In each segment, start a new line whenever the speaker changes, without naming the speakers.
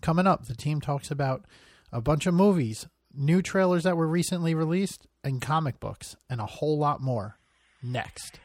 Coming up, the team talks about a bunch of movies, new trailers that were recently released, and comic books, and a whole lot more. Next.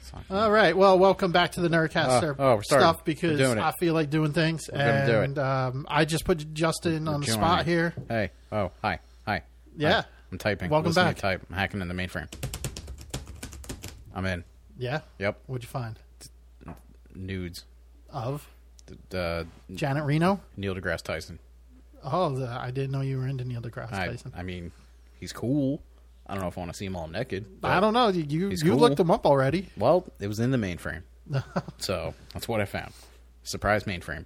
It's not
All right. Well, welcome back to the
Oh,
Nerdcaster
oh, we're starting.
stuff because
We're doing it.
I feel like doing things,
gonna
and
do it.
Um, I just put Justin on the
Join
spot
me.
here.
Hey. Oh, hi. Hi.
Yeah.
Hi. I'm typing.
Welcome
Listening
back.
To type. I'm hacking in the mainframe. I'm in.
Yeah.
Yep.
What'd you find?
Nudes.
Of
D- d- Uh,
Janet Reno.
Neil deGrasse Tyson.
Oh, the, I didn't know you were into Neil deGrasse
I,
Tyson.
I mean, he's cool. I don't know if I want to see him all naked.
I,
but-
don't know. You you,
he's
you
cool.
looked him up already.
Well, it was in the mainframe. so that's what I found. Surprise mainframe.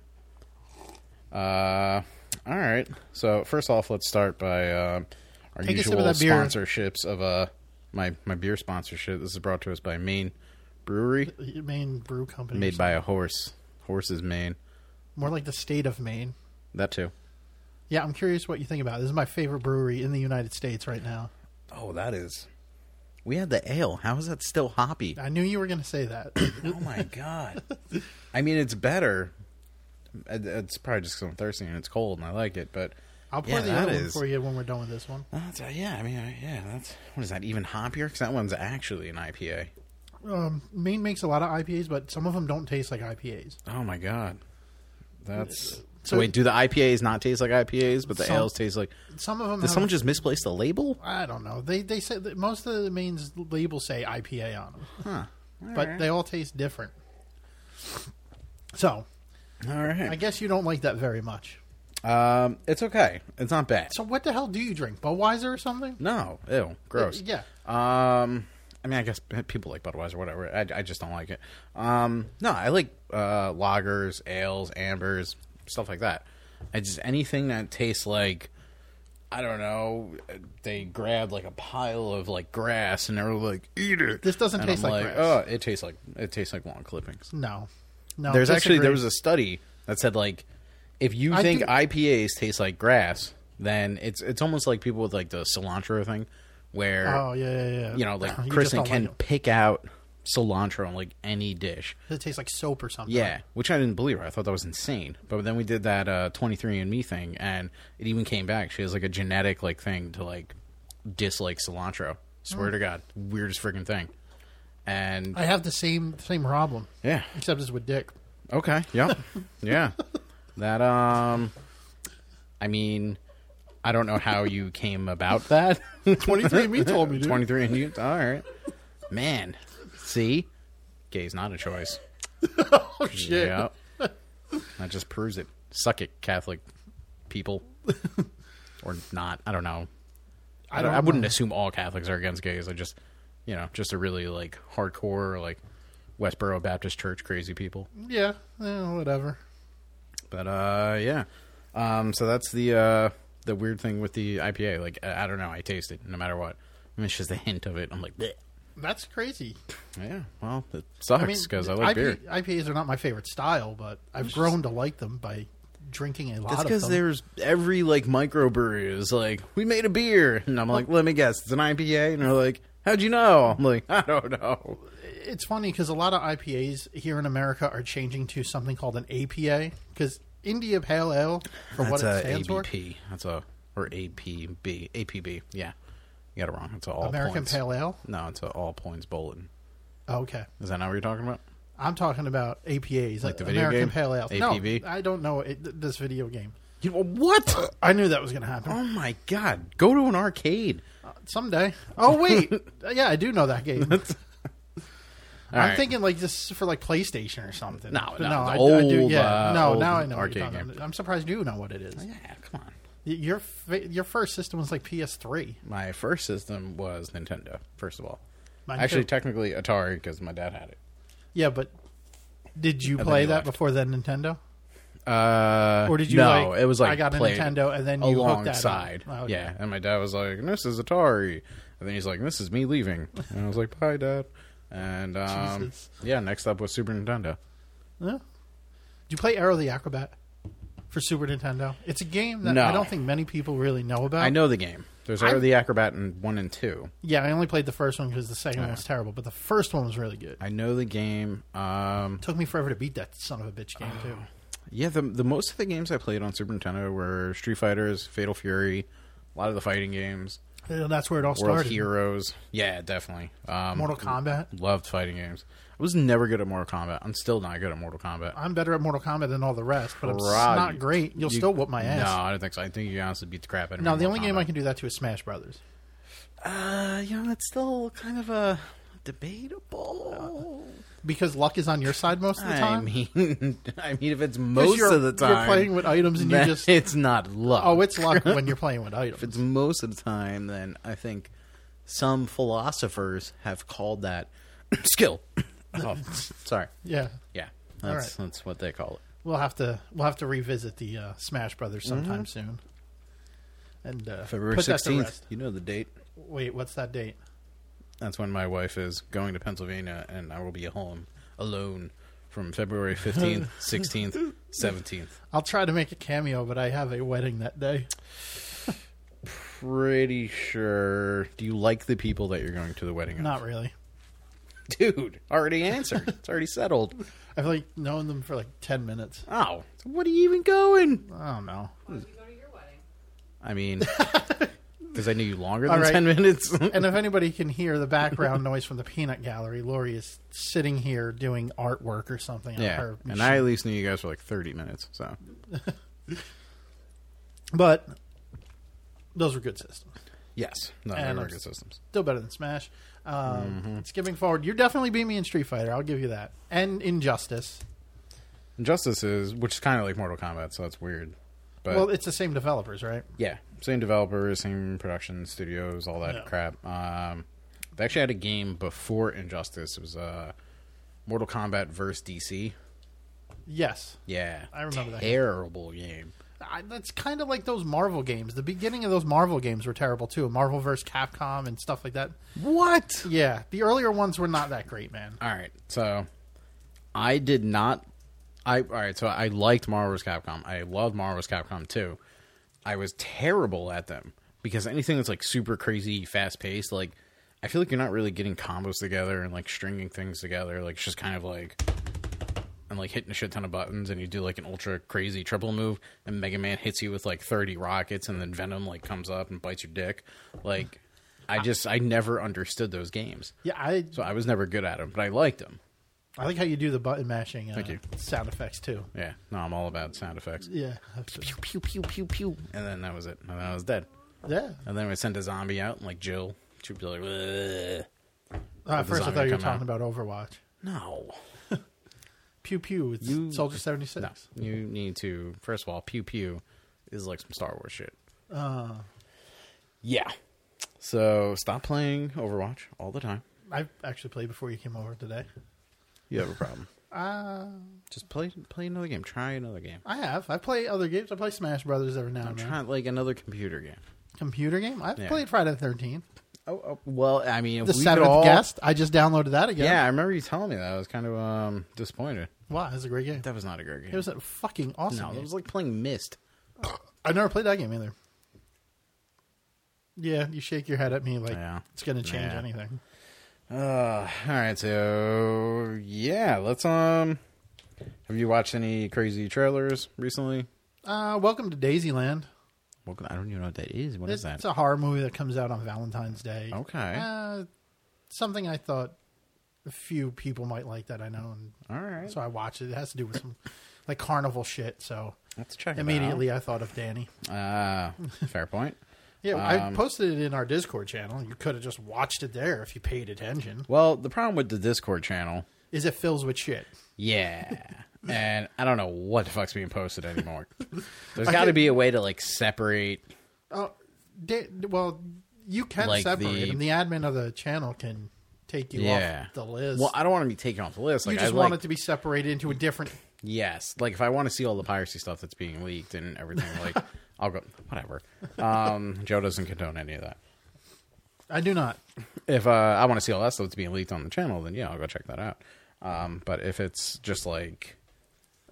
Uh, all right. So first off, let's start by uh, our
Take a sip
usual
of that beer.
sponsorships of uh, my my beer sponsorship. This is brought to us by Maine Brewery,
The Maine Brew Company.
made by a horse. Horse's mane.
More like the state of Maine.
That too.
Yeah, I'm curious what you think about. it. This is my favorite brewery in the United States right now.
Oh, that is. We had the ale. How is that still hoppy?
I knew you were going to say that.
Oh my god! I mean, it's better. It- It's probably just 'cause I'm thirsty and it's cold, and I like it. But
I'll pour
Yeah,
the
that
other
is-
one for you when we're done with this one.
That's, uh, yeah, I mean, uh, yeah, that's what is that even hoppier? Because that one's actually an IPA.
Um, Maine makes a lot of IPAs, but some of them don't taste like IPAs.
Oh my god, that's so.
So-
Wait, do the IPAs not taste like IPAs, but the
Some-
ales taste like?
Some of them.
Did
have-
someone just misplace the label?
I don't know. They they say that most of the Maine's labels say IPA on them,
Huh.
but they all taste different. So
All
I
right,
guess you don't like that very much.
um, it's okay. It's not bad.
So what the hell do you drink? Budweiser or something?
No, ew, gross.
Yeah.
Um, I mean, I guess people like Budweiser, whatever. I, I just don't like it. Um, no, I like uh, lagers, ales, ambers, stuff like that. I just anything that tastes like I don't know. They grabbed like a pile of like grass and they were like, "Eat it."
This doesn't
And
taste
I'm
like grass.
Oh, it tastes like it tastes like lawn clippings.
No. No.
There's actually there
disagree.
was a study that said like if you
I
think
do-
IPAs taste like grass, then it's it's almost like people with like the cilantro thing where
Oh yeah, yeah, yeah.
you know, like
just
Kristen
don't
can
Like it.
pick out cilantro on like any dish.
it tastes like soap or something.
Yeah, which I didn't believe her. I thought that was insane. But then we did that uh, 23andMe thing, and it even came back. She has like a genetic like thing to like dislike cilantro. Swear to God, weirdest freaking thing. And
Mm. I have the same same problem,
yeah,
except it's with Dick.
okay, yep, yeah. That um, I mean, I don't know how you came about that.
Twenty three me told me, dude.
23 and you all right man see gay's not a choice
Oh shit.
yeah that just proves it suck it catholic people or not i don't know i, don't, I wouldn't assume all catholics are against gays i just you know just a really like hardcore like westboro baptist church crazy people
Yeah. yeah, whatever.
but uh yeah um so that's the uh the weird thing with the ipa like i, I don't know i taste it no matter what I mean, it's just a hint of it i'm like Bleh.
That's crazy.
Yeah, well, it
I mean,
sucks because I, like
IP
beer.
IPAs are not my favorite style, but I've grown to like them by drinking a lot
That's
of
because
them.
there's every like microbrewery is like, we made a beer, and I'm like, let me guess, it's an IPA, and they're like, how'd you know? I'm like, I don't know.
It's funny because a lot of IPAs here in America are changing to something called an APA because India Pale Ale, for what it
That's a
stands for,
ABP. That's a or APB, APB. Yeah, you got it wrong. It's a all
American
points.
Pale Ale.
No, it's a all points bulletin.
Oh, okay,
Is that not what you're talking about?
I'm talking about APAs, like
the video
uh, American
game?
Pale Ale.
APB?
No, I don't know it, th- this video game.
You, what?
I knew that was going to happen
oh my god! Go to an arcade.
someday. Oh wait, yeah, I do know that game.
All
I'm
right.
thinking like this for like PlayStation or something.
No,
But
no, the
I, I do.
old,
Yeah,
uh,
no,
old
now I know. What
arcade
you're talking
game. Oh,
about. I'm surprised you know what it is.
Yeah, come on.
Y- Your fa- your first system was like PS3.
My first system was Nintendo. First of all,
Mine
actually,
too.
technically Atari because my dad had it.
Yeah, but did you
then
play
you
that
left.
before the Nintendo?
Uh,
Or did you?
No,
like,
it was like
I got a
played
Nintendo, and then you hooked at it.
alongside.
Oh, okay.
Yeah, and my dad was like, "This is Atari," and then he's like, "This is me leaving," and I was like, "Bye, dad." And um,
Jesus.
yeah, next up was Super Nintendo.
Yeah. Did you play Arrow the Acrobat for Super Nintendo? It's a game that
No.
I don't think many people really know about.
I know the game. There's
I-
Arrow the Acrobat in one and two.
Yeah, I only played the first one because the second one was terrible, but the first one was really good.
I know the game. Um,
took me forever to beat that son of a bitch game too.
yeah, the the most of the games I played on Super Nintendo were Street Fighters, Fatal Fury, a lot of the fighting games,
And that's where it all
World
started.
Heroes. Yeah, definitely. Um,
Mortal Kombat.
Loved fighting games. I was never good at Mortal Kombat. I'm still not good at Mortal Kombat.
I'm better at Mortal Kombat than all the rest, but I'm s-
Right.
not great. You'll
You-
still whoop my
No,
ass.
I don't think so. I think you honestly beat the crap out of me.
No,
in
the only
Mortal
game I
Kombat.
can do that to is Smash Brothers.
Uh, you know, that's still kind of a debatable.
Because luck is on your side most of the
I
time.
mean, I mean, if it's
'Cause
most
you're-
of the time,
You're playing with items and you
then
just.
it's not luck.
Oh, it's luck when you're playing with items.
if it's most of the time, then I think some philosophers have called that skill. oh, sorry.
yeah.
Yeah,
All
that's that's what they call it.
We'll have to we'll have to revisit the uh, Smash Brothers sometime soon. And uh,
Mm-hmm. February
put that to
sixteenth.
rest.
You know the date.
Wait, what's that date?
That's when my wife is going to Pennsylvania, and I will be home alone from February fifteenth, sixteenth, seventeenth.
I'll try to make a cameo, but I have a wedding that day.
Pretty sure. Do you like the people that you're going to the wedding? of?
Not really.
dude. Already answered. it's already settled.
I've like known them for like ten minutes.
Oh, so what are you even going?
I don't know.
Why don't you go to your wedding?
I mean, because I knew you longer
All
than
right.
ten minutes.
And if anybody can hear the background noise from the peanut gallery, Lori is sitting here doing artwork or something. on
yeah,
her
and I at least knew you guys for like thirty minutes. So
But those were good systems.
yes, no,
And
they were
I'm-
good systems.
Still better than Smash. Um, Skipping forward, you definitely beat me in Street Fighter. I'll give you that. And Injustice.
Injustice is, which is kind of like Mortal Kombat, so that's weird. But
well, it's the same developers, right?
Yeah, same developers, same production studios, all that
Yeah.
crap. Um, they actually had a game before Injustice. It was uh, Mortal Kombat versus DC.
Yes.
Yeah,
I remember that.
terrible game.
I, that's kind of like those Marvel games. The beginning of those Marvel games were terrible too. Marvel vs. Capcom and stuff like that.
What?
Yeah, the earlier ones were not that great, man.
All right, so I did not. I all right, so I liked Marvel's Capcom. I loved Marvel's Capcom too. I was terrible at them because anything that's like super crazy, fast paced, like I feel like you're not really getting combos together and like stringing things together. Like it's just kind of like and like hitting a shit ton of buttons, and you do like an ultra crazy triple move, and Mega Man hits you with like thirty rockets, and then Venom like comes up and bites your dick. Like I just I never understood those games.
Yeah, I
So I was never good at them, but I liked them.
I like how you do the button mashing. Uh,
Thank you.
Sound effects too.
Yeah. No, I'm all about sound effects.
Yeah,
Pew pew pew pew pew. And then that was it. And then I was dead.
yeah.
And then we sent a zombie out, and like Jill, she'd be like, "Ugh."
Uh, at
the
first, I
zombie
thought you were
come
talking
out.
about Overwatch.
"No,
Pew pew. It's
You-
Soldier seventy six.
no, you need to." First of all, pew pew is like some Star Wars shit. Yeah. So stop playing Overwatch all the time.
I actually played before you came over today.
You have a problem. uh, just play play another game. Try another game.
I have. I play other games. I play Smash Brothers every now and then.
Try like another computer game.
Computer game. I've
Yeah.
played Friday the Thirteenth.
Oh, oh well, I mean, if
The
we could
Seventh
all-
Guest. I just downloaded that again.
Yeah, I remember you telling me that. I was kind of um, disappointed.
Wow, that's a great game.
That was not a great game.
It was a fucking awesome.
no,
game.
it was like playing Mist.
I've never played that game either. Yeah, you shake your head at me like
Yeah.
it's going to change
Yeah.
anything.
Uh, all right, so yeah, let's um. Have you watched any crazy trailers recently?
Uh, welcome to Daisyland.
Well, I don't even know what that is. What
It's,
is that?
it's a horror movie that comes out on Valentine's Day.
okay,
Uh, something I thought a few people might like that I know, and
all right.
so I watched it. It has to do with some like carnival shit. So
let's check it
immediately I thought of Danny.
Out. Uh, fair point.
Yeah, I
Um,
posted it in our Discord channel. You could have just watched it there if you paid attention.
Well, the problem with the Discord channel,
Is it fills with shit?
yeah, and I don't know what the fuck's being posted anymore. There's got to be a way to like separate.
Oh, da- well, you can
Uh, Like
separate
the-
them. The admin of the channel can take you
Yeah,
off the list.
Well, I don't want to be taken off the list. Like,
you just
I
want
like-
it to be separated into a different
Yes, like if I want to see all the piracy stuff that's being leaked and everything, like I'll go whatever. Um, Joe doesn't condone any of that.
I do not.
If uh, I want to see all that stuff that's being leaked on the channel, then yeah, I'll go check that out. Um, but if it's just like,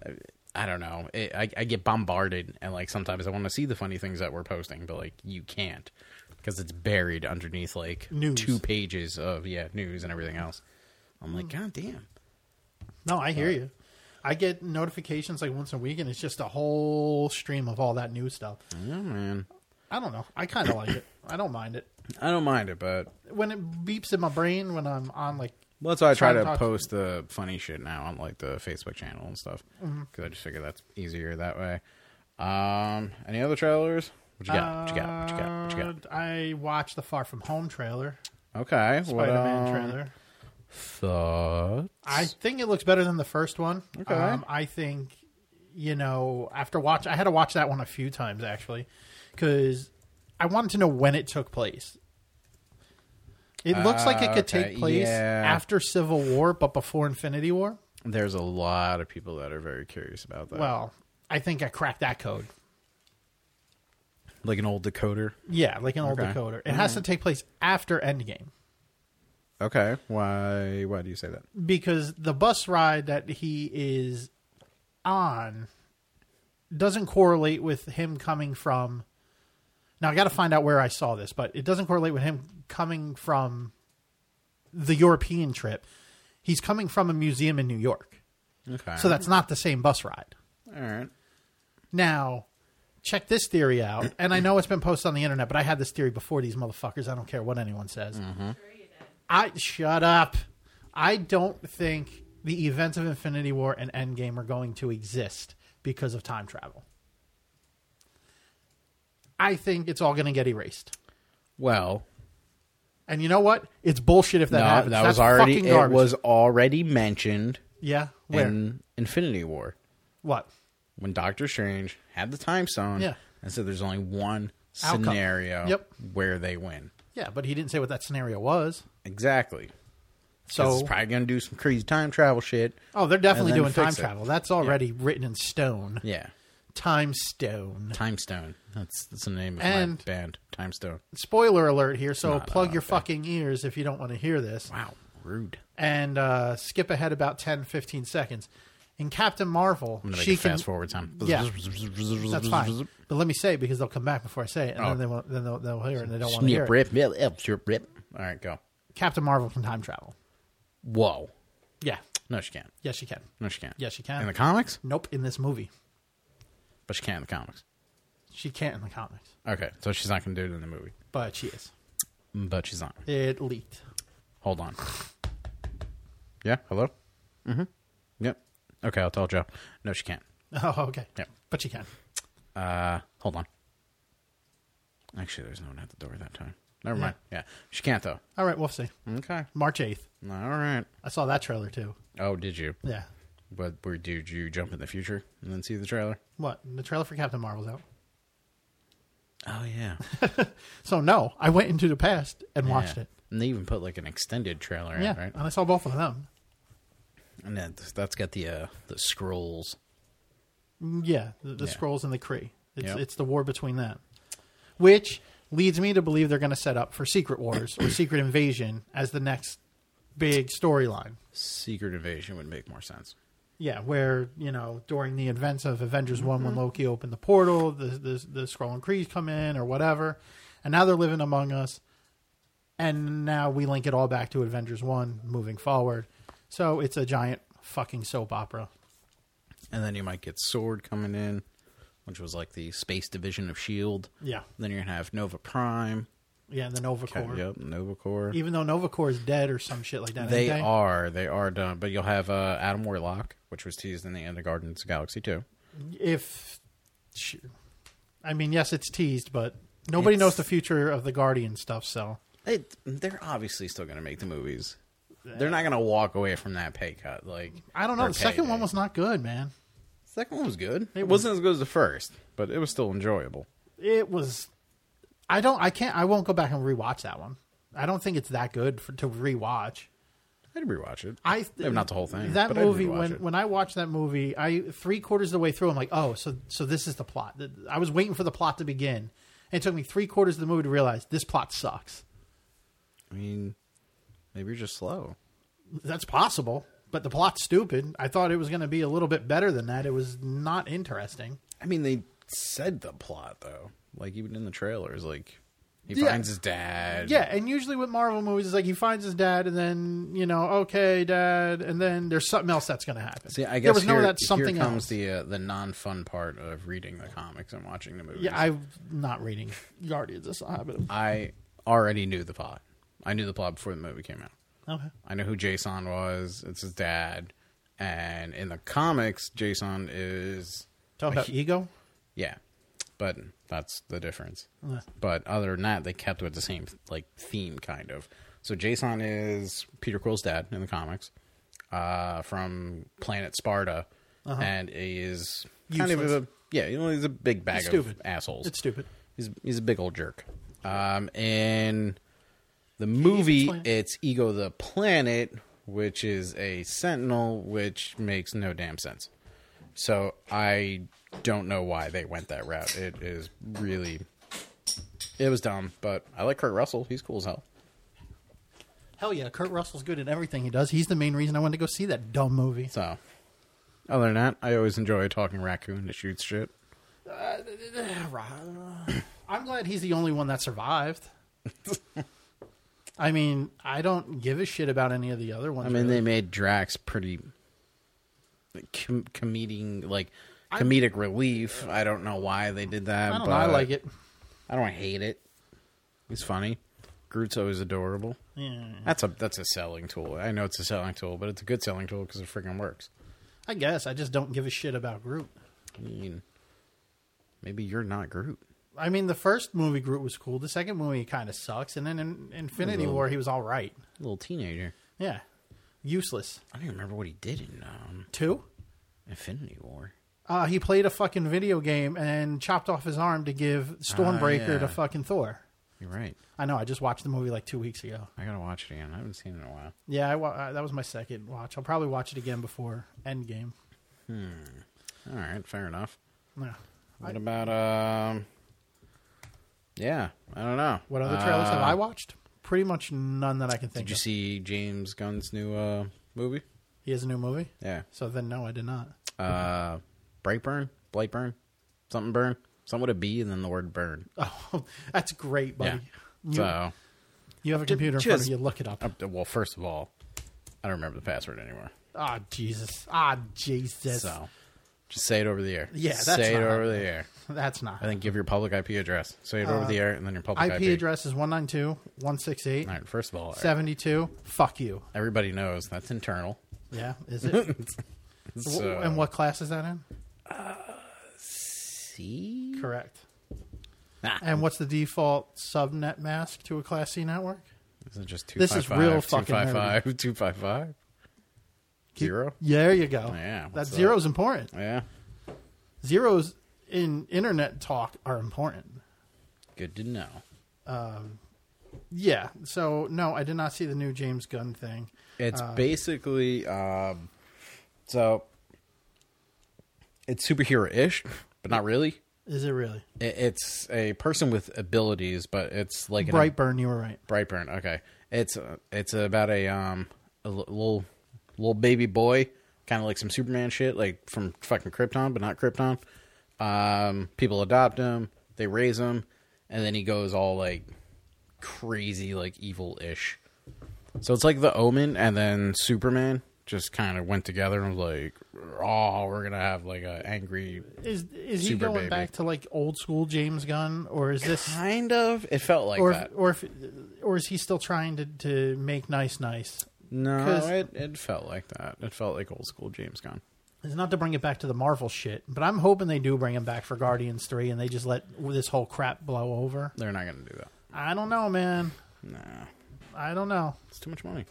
I- I don't know, it, I, I get bombarded, and like sometimes I want to see the funny things that we're posting, but like you can't because it's buried underneath like
News.
two pages of yeah news and everything else. I'm like, god damn.
No, I hear you. I get notifications like once a week, and it's just a whole stream of all that new stuff.
Yeah, man.
I don't know. I kind of like it. I don't mind it.
I don't mind it, but
When it beeps in my brain when I'm on like
Well, that's why I try
Try to
to
talk-
post the funny shit now on like the Facebook channel and stuff because
Mm-hmm.
I just figure that's easier that way. Um, any other trailers? What you got? What you got? What you got? What you got?
Uh, I watched the Far From Home trailer,
Okay, what,
Spider Man
um,
trailer.
Thought?
I think it looks better than the first one.
Okay.
Um, I think, you know, after watch, I had to watch that one a few times actually, because I wanted to know when it took place. It looks like it
Ah,
could
okay.
take place
Yeah.
after Civil War, but before Infinity War.
There's a lot of people that are very curious about that.
Well, I think I cracked that code.
like an old decoder.
Yeah, like an old
Okay.
decoder. It has to take place after Endgame
Okay, why? Why do you say that?
because the bus ride that he is on doesn't correlate with him coming from. Now I got to find out where I saw this, but it doesn't correlate with him coming from the European trip. He's coming from a museum in New York,
Okay,
so that's not the same bus ride.
all right.
Now, check this theory out. And I know it's been posted on the internet, but I had this theory before these motherfuckers. I don't care what anyone says.
Mm-hmm.
I shut up. I don't think the events of Infinity War and Endgame are going to exist because of time travel. I think it's all going to get erased.
Well,
And you know what? It's bullshit if that
no,
happens.
that
That's
was already
fucking
it
garbage.
was already mentioned
yeah. Where?
in Infinity War.
what?
when Doctor Strange had the time stone
Yeah.
and said there's only one
Outcome.
scenario
Yep.
where they win.
Yeah, but he didn't say what that scenario was.
Exactly. So
So
it's probably going to do some crazy time travel shit.
Oh, they're definitely
and then
doing time
fix it.
travel. That's already written in stone.
Yeah.
Time stone.
Time Stone. That's that's the name of my
And-
band. Time Stone.
Spoiler alert here, so
no,
plug
no,
your fucking ears if you don't want to hear this.
Wow, rude.
And uh, skip ahead about 10, 15 seconds. In Captain Marvel,
I'm going to
she
make
can.
a fast forward time.
Yeah. That's fine. But let me say it because they'll come back before I say it, and
Oh.
then, they won't, then they'll, they'll hear it and they don't want to hear it.
Snip rip, rip, rip, snip, rip. All right, go.
Captain Marvel can time travel.
Whoa.
Yeah.
No, she can't.
Yes, she can.
No, she can't.
Yes, she can.
In the comics?
Nope, in this movie.
But she can't in the comics.
She can't in the comics,
Okay, so she's not going to do it in the movie.
but she is.
But she's not.
It leaked.
Hold on. Yeah. Hello. Mm-hmm. Yep. Okay, I'll tell Joe. No, she can't.
Oh, okay.
Yep.
But she can.
Uh, hold on. Actually, there's no one at the door that time. Never mind. Yeah, she can't though.
All right, we'll see.
Okay.
March 8th.
All right.
I saw that trailer too.
Oh, did you?
Yeah.
But where did you jump in the future and then see the trailer?
What? The trailer for Captain Marvel's out.
Oh yeah.
So no, I went into the past and watched
Yeah.
it.
And they even put like an extended trailer
Yeah,
in, right?
and I saw both of them.
And that's, that's got the uh, the scrolls.
Mm, Yeah, the, the
Yeah.
scrolls and the Kree. It's
Yep.
it's the war between them, which leads me to believe they're going to set up for Secret Wars or Secret Invasion as the next big storyline.
Secret invasion would make more sense.
Yeah, where you know during the events of Avengers One, when Loki opened the portal, the the, the Skrull and Krees come in or whatever, and now they're living among us, and now we link it all back to Avengers One moving forward. So it's a giant fucking soap opera.
and then you might get Sword coming in, which was like the space division of Shield.
Yeah,
E Then you're gonna have Nova Prime,
yeah, the Nova Corps.
yep, Nova Corps.
Even though Nova Corps is dead or some shit like that, ain't
They
they?
are, they are done. But you'll have uh, Adam Warlock, which was teased in the end of Guardians of the Galaxy too.
If, sh- I mean, yes, it's teased, but nobody
It's-
knows the future of the Guardian stuff. So
They, they're obviously still gonna make the movies. They're not gonna walk away from that pay cut. Like
I don't know.
or
The second
payday.
one was not good, man.
second one was good. It wasn't as good as the first, but it was still enjoyable.
it was i don't i can't i won't go back and rewatch that one i don't think it's that good for, to rewatch
I'd rewatch it.
I
Maybe not the whole thing,
That
but I'd
movie
rewatch
when
it.
when I watched that movie, I three quarters of the way through, I'm like, oh, so so this is the plot. Th- I was waiting for the plot to begin, and it took me three quarters of the movie to realize this plot sucks.
I mean, maybe you're just slow.
That's possible, but the plot's stupid. I thought it was going to be a little bit better than that. It was not interesting.
I mean, they said the plot though, like even in the trailers, like he
Yeah.
finds his dad.
Yeah, and usually with Marvel movies, it's like he finds his dad, and then you know, okay, dad, and then there's something else that's going to happen.
See, I guess
there was
here,
no that something
here comes
else.
the uh, the non fun part of reading the comics and watching the movies.
yeah, I'm not reading Guardians. That's not happening.
I already knew the plot. I knew the plot before the movie came out.
Okay.
I knew who Jason was. It's his dad, and in the comics, Jason is
Talk
a
about
hu-
ego.
Yeah, but that's the difference.
Yeah.
But other than that, they kept with the same like theme, kind of. So Jason is Peter Quill's dad in the comics, uh, from Planet Sparta, and he is kind
Uh-huh. Useless.
of a yeah, you know, he's a big bag
It's
of
stupid.
assholes.
It's stupid.
He's he's a big old jerk. Um, in the movie,
Planet.
it's Ego the Planet, which is a Sentinel, which makes no damn sense. So I don't know why they went that route. It is really, it was dumb. But I like Kurt Russell. He's cool as hell.
Hell yeah, Kurt Russell's good at everything he does. He's the main reason I wanted to go see that dumb movie.
So other than that, I always enjoy a talking raccoon that shoots shit.
I'm glad he's the only one that survived. I mean, I don't give a shit about any of the other ones.
I mean,
really.
they made Drax pretty com- comedic, like comedic relief. I don't know why they did that.
I don't
but
know. I like it.
I don't hate it. He's funny. Groot's always adorable.
Yeah,
That's a that's a selling tool. I know it's a selling tool, but it's a good selling tool because it freaking works.
I guess I just don't give a shit about Groot.
I mean, maybe you're not Groot.
I mean, the first movie Groot was cool. The second movie kind of sucks, and then in Infinity War he was all right.
Little teenager.
Yeah, useless.
I don't even remember what he did in um,
Two.
Infinity War.
Uh, he played a fucking video game and chopped off his arm to give Stormbreaker
Ah, yeah.
to fucking Thor.
You're right.
I know. I just watched the movie like two weeks ago.
I gotta watch it again. I haven't seen it in a while.
Yeah, I wa- uh, that was my second watch. I'll probably watch it again before Endgame.
All right, fair enough.
Yeah.
What about um? Yeah, I don't know.
What other trailers have
Uh,
I watched? Pretty much none that I can think
Did you
of.
see James Gunn's new uh movie?
he has a new movie,
Yeah,
so then no, I did not.
uh, Brightburn, Blightburn, something burn, something with a B, and then the word burn.
Oh, that's great, buddy. You,
So,
you have a computer in front of
just-
you. Look it up.
uh, well, first of all, I don't remember the password anymore.
Ah, Jesus. Ah, Jesus.
So, just say it over the air.
Yeah, that's
say it
not-
over the air.
That's not.
I think give your public IP address. Say it over the air, and then your public
IP
IP,
Uh, address is 192.168.72.
All right, first of all,
Fuck you.
everybody knows that's internal.
Yeah, is it? W-
So,
and what class is that in?
C?
Correct.
Ah.
And what's the default subnet mask to a Class C network?
Is it just two
This is real fucking nerdy.
255?
Keep-
Zero?
There you go.
Yeah,
that
what's up?
zero's important.
Yeah.
Zeros in internet talk are important.
Good to know.
Yeah. So no, I did not see the new James Gunn thing.
It's
Uh,
basically um so it's superhero ish, but not really.
Is it really
It, it's a person with abilities, but it's like an
Brightburn? You were right.
Brightburn. Okay, it's uh, it's about a um a l- little little baby boy, kind of like some Superman shit, like from fucking Krypton, but not Krypton. Um, people adopt him, they raise him, and then he goes all like crazy, like evil ish. So it's like the Omen, and then Superman just kind of went together and was like, "Oh, we're gonna have like a angry."
Is is he
Super
going
baby.
back to like old school James Gunn, or is this,
Kind of. It felt like
or if,
that.
or if, or is he still trying to to make nice nice?
No,
'cause-
it, it felt like that. It felt like old school James Gunn.
It's not to bring it back to the Marvel shit, but I'm hoping they do bring him back for Guardians three, and they just let this whole crap blow over.
They're not going to do that.
I don't know, man.
Nah,
I don't know.
it's too much money.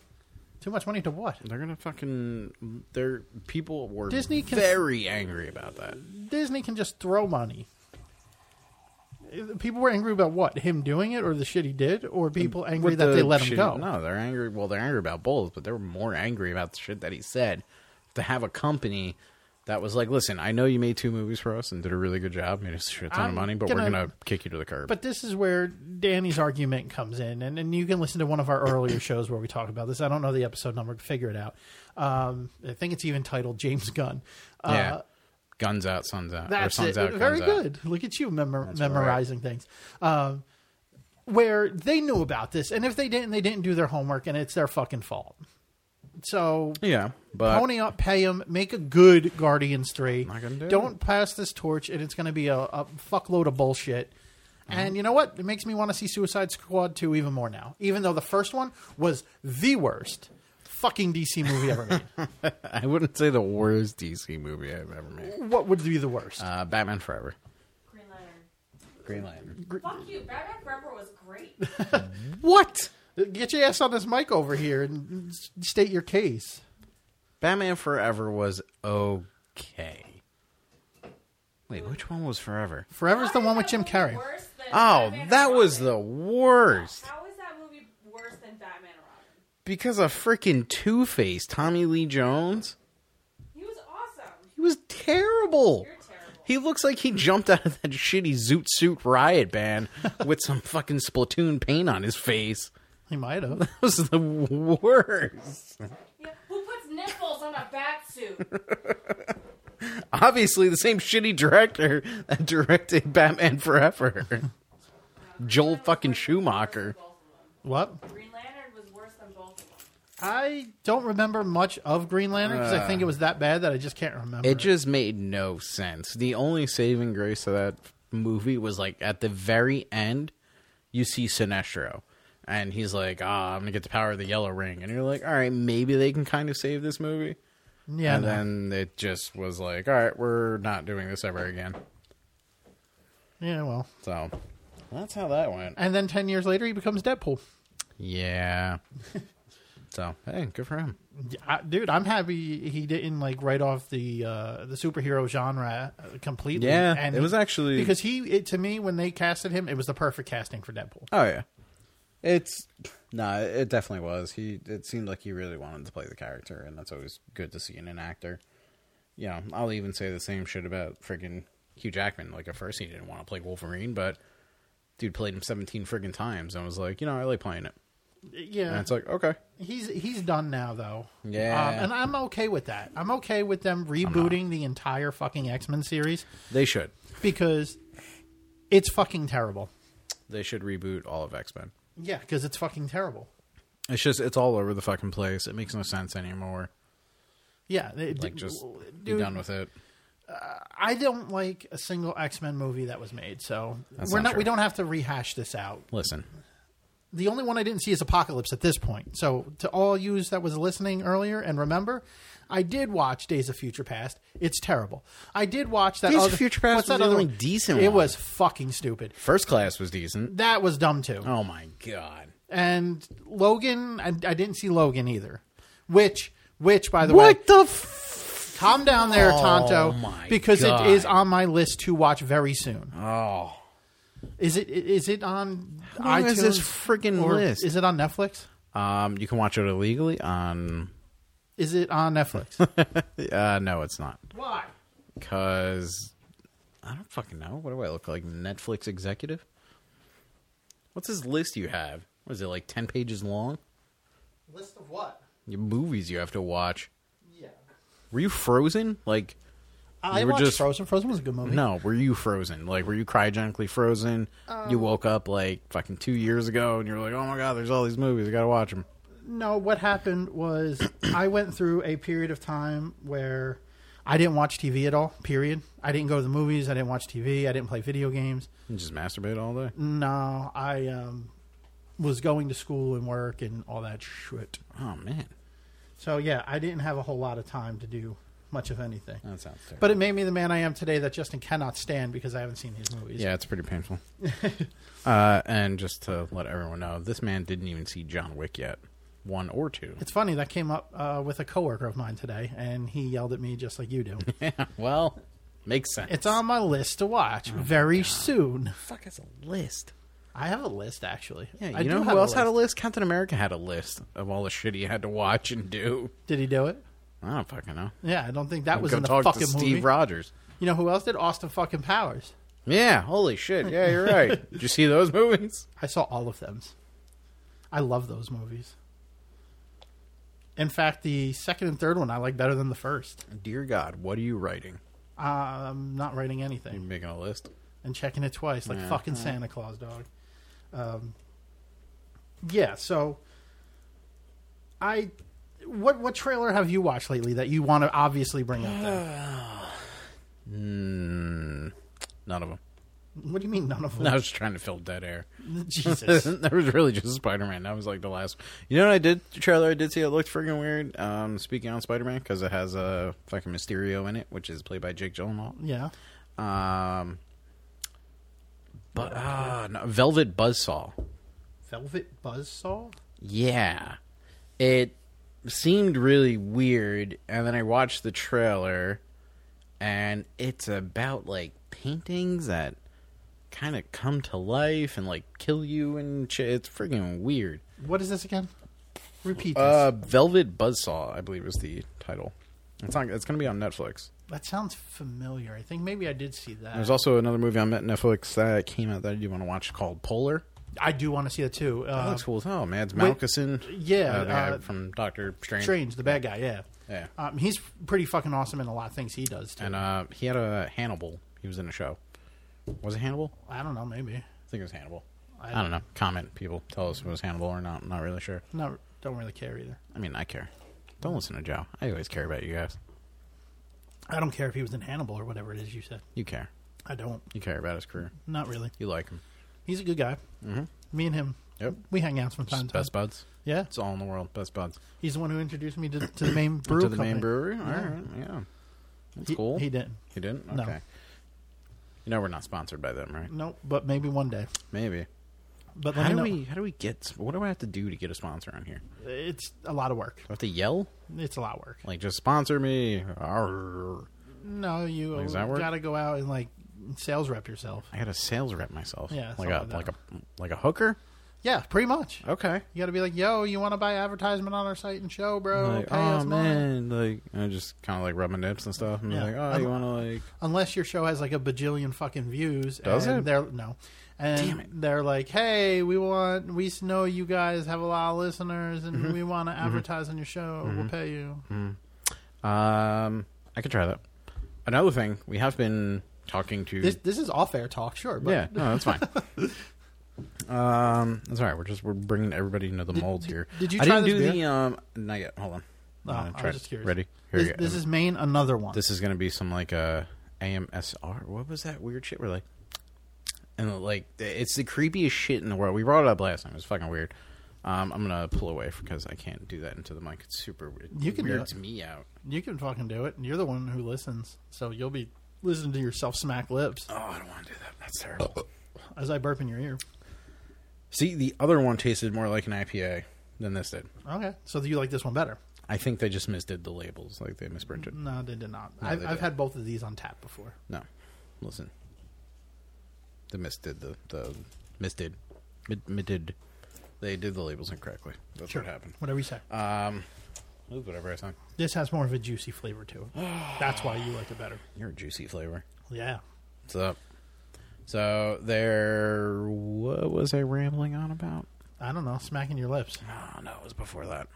Too much money to what?
They're gonna fucking. Their people were
Disney can-
very angry about that.
Disney can just throw money. people were angry about what him doing it or the shit he did, or people angry
With
that
the
they let him
shit-
go.
No, they're angry. Well, they're angry about both, but they were more angry about the shit that he said. To have a company that was like, listen, I know you made two movies for us and did a really good job, made us a shit ton
I'm
of money, but
gonna-
we're gonna kick you to the curb.
But this is where Danny's argument comes in, and, and you can listen to one of our earlier shows where we talk about this. I don't know the episode number, figure it out. Um, I think it's even titled James Gunn. Uh,
yeah, guns out, suns out, or
That's
suns
it.
out,
Very
guns out.
good. Look at you memor- memorizing things. Um, where they knew about this, and if they didn't, they didn't do their homework, and it's their fucking fault. So
Yeah, but
pony up, pay him, make a good Guardians 3
Not gonna do it.
Don't pass this torch, and it's going to be a, a fuckload of bullshit. And you know what? It makes me want to see Suicide Squad 2 even more now. Even though the first one was the worst fucking DC movie ever made.
I wouldn't say the worst DC movie I've ever made.
what would be the worst?
Uh, Batman Forever,
Green Lantern.
Green Lantern.
Fuck you. Batman Forever was great.
What?
Get your ass on this mic over here and s- state your case.
Batman Forever was okay. Wait, which one was Forever?
Forever's the one with Jim
How
Carrey.
is that movie worse than
Oh,
Batman and
that was
Robin?
the worst.
How is that movie worse than Batman and Robin?
Because of freaking Two Face, Tommy Lee Jones.
He was awesome.
He was terrible.
You're terrible.
He looks like he jumped out of that shitty Zoot Suit Riot band with some fucking Splatoon paint on his face.
He might have.
That was the worst.
Yeah, who puts nipples on a bat suit?
Obviously, the same shitty director that directed Batman Forever. Joel fucking Schumacher.
Both of
What?
them. Green Lantern was worse than both of them.
I don't remember much of Green Lantern because I think it was that bad that I just can't remember.
Uh. It just made no sense. The only saving grace of that movie was like at the very end, you see Sinestro, and he's like, "Ah, I'm gonna get the power of the Yellow Ring," and you're like, "All right, maybe they can kind of save this movie."
yeah,
and uh,
no.
then it just was like, "All right, we're not doing this ever again."
yeah, well.
So that's how that went.
And then 10 years later, he becomes Deadpool.
Yeah. so hey, good for him.
I, dude, I'm happy he didn't like write off the uh, the superhero genre uh, completely.
Yeah,
and
it was actually
because he it, to me when they casted him, it was the perfect casting for Deadpool.
Oh yeah, it's no, it definitely was. He it seemed like he really wanted to play the character, and that's always good to see in an actor. You know, I'll even say the same shit about freaking Hugh Jackman. Like at first, he didn't want to play Wolverine, but dude played him seventeen friggin' times, and was like, you know, I like playing it. And
Yeah,
it's like, okay,
he's he's done now though.
Yeah.
um, and I'm okay with that. I'm okay with them rebooting the entire fucking X Men series
they should,
because it's fucking terrible.
they should reboot all of X Men.
Yeah, because it's fucking terrible.
It's just it's all over the fucking place. It makes no sense anymore.
Yeah, it-
Like just be
dude,
done with it.
I don't like a single X Men movie that was made, so
That's
we're
not
not we
true.
don't have to rehash this out.
Listen,
the only one I didn't see is Apocalypse at this point. So to all yous that was listening earlier and remember, I did watch Days of Future Past. It's terrible. I did watch that.
Days of
other,
Future
what's
Past was
that
the
other
only
one?
decent
It
one.
was fucking stupid.
first class was decent.
That was dumb too.
Oh my god.
And Logan, I, I didn't see Logan either. Which, which by the way,
What the
calm down there,
Oh,
Tonto,
my
because
God.
it is on my list to watch very soon.
Oh.
Is it? Is it on
long
iTunes?
is this friggin'
or
list?
Is it on Netflix?
Um, you can watch it illegally on.
Is it on Netflix?
Uh, no, it's not.
Why?
Cause I don't fucking know. What do I look like? Netflix executive? What's this list you have? What is it like ten pages long?
List of what?
Your movies you have to watch.
Yeah.
Were you frozen? Like
I
You were
watched
just-
Frozen. Frozen was a good movie.
no, were you frozen? Like were you cryogenically frozen? you woke up like fucking two years ago and you're like, oh my god, there's all these movies. I gotta watch them.
No, what happened was I went through a period of time where I didn't watch TV at all, period. I didn't go to the movies. I didn't watch TV. I didn't play video games.
You just masturbate all day.
No, I um, was going to school and work and all that shit.
Oh man,
So, yeah, I didn't have a whole lot of time to do much of anything.
that sounds terrible.
But it made me the man I am today that Justin cannot stand because I haven't seen these movies.
Yeah, it's pretty painful. uh, and just to let everyone know, this man didn't even see John Wick yet, one or two.
It's funny, that came up uh, with a coworker of mine today, and he yelled at me just like you do.
well, Makes sense.
It's on my list to watch very soon.
Fuck, it's a list.
Oh I have a list actually.
Yeah, you
I
know
do
who
have
else had a list? Captain America had a list of all the shit he had to watch and do.
Did he do it?
I don't fucking know.
Yeah, I don't think that was
Go
in the
talk
fucking
to Steve
movie.
Rogers.
You know who else did? Austin fucking Powers.
Yeah, holy shit. Yeah, you're right. Did you see those movies?
I saw all of them. I love those movies. In fact, the second and third one I like better than the first.
Dear God, what are you writing?
Uh, I'm not writing anything.
You making a list?
and checking it twice, like
Yeah.
fucking Santa Claus, dog. Um, yeah. So, I, what what trailer have you watched lately that you want to obviously bring up? Then?
None of them.
What do you mean none of
I
them?
was just trying to fill dead air.
Jesus.
there was really just Spider Man. That was like the last. You know what I did? The trailer I did see it looked freaking weird. Um, speaking on Spider Man because it has a fucking Mysterio in it, which is played by Jake Gyllenhaal.
Yeah.
Um, but ah, no, Velvet Buzzsaw.
Velvet Buzzsaw.
Yeah, it seemed really weird, and then I watched the trailer, and it's about like paintings that kind of come to life and like kill you and shit. It's freaking weird.
What is this again? Repeat this.
Uh, Velvet Buzzsaw, I believe, is the title. It's on. It's going to be on Netflix.
that sounds familiar. I think maybe I did see that.
There's also another movie on Netflix that came out that you want to watch called Polar. oh,
I do want to see that too.
That
Uh,
looks cool as hell. Mads
wait,
Malkison,
yeah,
uh, the guy
uh,
from Doctor Strange,
Strange, the bad guy. Yeah.
yeah,
Um, he's pretty fucking awesome in a lot of things he does too.
and uh, he had a Hannibal. He was in a show. Was it Hannibal?
I don't know. Maybe.
I think it was Hannibal.
I-
I, don't know. Comment people, tell us if it was Hannibal or not. I'm not really sure.
Not. Don't really care either.
I mean, I care. Don't listen to Joe. I always care about you guys.
I don't care if he was in Hannibal or whatever it is you said.
You care.
I don't.
You care about his career.
Not really.
You like him.
He's a good guy. Mm-hmm. Me and him,
Yep.
we hang out from time to time.
Best buds.
Yeah,
It's all in the world. Best buds.
he's the one who introduced me to, to the main brew
to the main
company.
brewery. All
Yeah.
right, yeah, that's
He-
cool.
He, didn't.
He didn't. Okay.
No.
You know we're not sponsored by them, right?
Nope, but maybe one day.
Maybe.
But let me
How do
know.
we? How do we get? What do I have to do to get a sponsor on here? Do
It's a lot of work.
I have to yell?
It's a lot of work.
Like just sponsor me? Arr.
No, you
Does that work?
gotta go out and like sales rep yourself.
I got to sales rep myself.
Yeah,
Like
something
a
like that.
like a like a hooker.
Yeah, pretty much.
Okay.
You gotta be like, yo, you want to buy advertisement on our site and show, bro?
Like,
Pay
oh
us money."
man, like I just kind of like rub my nips and stuff, and
Yeah.
like, oh,
I'm-
you want to like?
unless your show has like a bajillion fucking views.
Does
and
it?
They're no, and
Damn it.
they're like, hey, we want, we know you guys have a lot of listeners, and
Mm-hmm.
we want to advertise on your show. We'll pay you.
Um, I could try that. Another thing, we have been talking to
This this is off air talk, sure. But
yeah, no, that's fine. um, that's all right. We're just we're bringing everybody into the mold here.
did you
I
try
didn't
this
do the
beer?
um? Not yet. Hold on.
No,
Uh,
I was
try it.
just curious.
Ready? Here
This,
you go.
this is Maine, another one.
this is gonna be some like uh, AMSR. What was that weird shit? We're like, and like it's the creepiest shit in the world. We brought it up last time. It was fucking weird. Um, I'm gonna pull away because I can't do that into the mic. It's super weird.
You can do
weirds
it.
me out.
you can fucking do it. and You're the one who listens, so you'll be listening to yourself smack lips
Oh, I don't want to do that. That's terrible.
as I burp in your ear.
See, the other one tasted more like an IPA than this did.
Okay, so you like this one better?
I think they just misdid the labels, like they misprinted.
No, they did not.
No,
I've,
they
I've
did.
had both of these on tap before.
No, listen. They misdid the the misdid, mid, did. They did the labels incorrectly. That's what happened.
Whatever you say.
Um, ooh, whatever I said.
this has more of a juicy flavor to it. That's why you like it better.
You're a juicy flavor.
Yeah.
What's up? So there, what was I rambling on about?
I don't know, smacking your lips.
Oh, no, it was before that.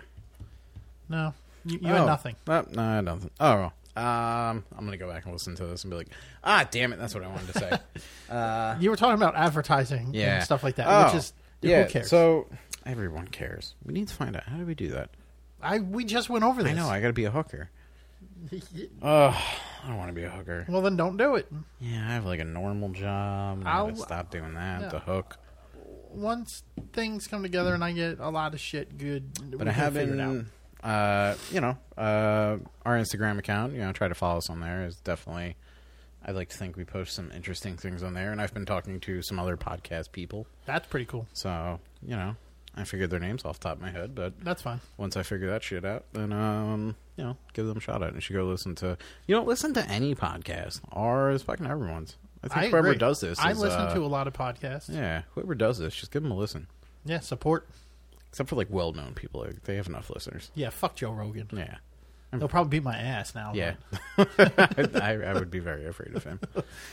No, you, you had
Oh.
nothing.
Uh, no, I don't. Think, oh, well. um, I'm gonna go back and listen to this and be like, ah, damn it, that's what I wanted to say.
You were talking about advertising
yeah,
and stuff like that,
Oh,
which is
yeah.
who cares.
So everyone cares. We need to find out how do we do that.
I we just went over this.
I know I got to be a hooker. Oh, I don't want to be a hooker.
well, then don't do it.
Yeah, I have like a normal job. I gotta
I'll-
stop doing that.
Yeah.
The hook,
Once things come together and I get a lot of shit good,
but I have been, uh, you know, uh, our Instagram account. You know, try to follow us on there. Is definitely. I like to think we post some interesting things on there, and I've been talking to some other podcast people.
That's pretty cool.
So you know, I figured their names off the top of my head, but
That's fine.
once I figure that shit out, then um, you know, give them a shout out. And you should go listen to you don't listen to any podcast. Ours, fucking everyone's. I think
I
whoever
agree.
does this,
I
is,
listen
uh,
to a lot of podcasts. Yeah,
Yeah, whoever does this, just give them a listen.
support.
Except for like well-known people, like, they have enough listeners.
Yeah, fuck Joe Rogan.
Yeah,
They'll probably beat my ass now.
yeah. I, I would be very afraid of him.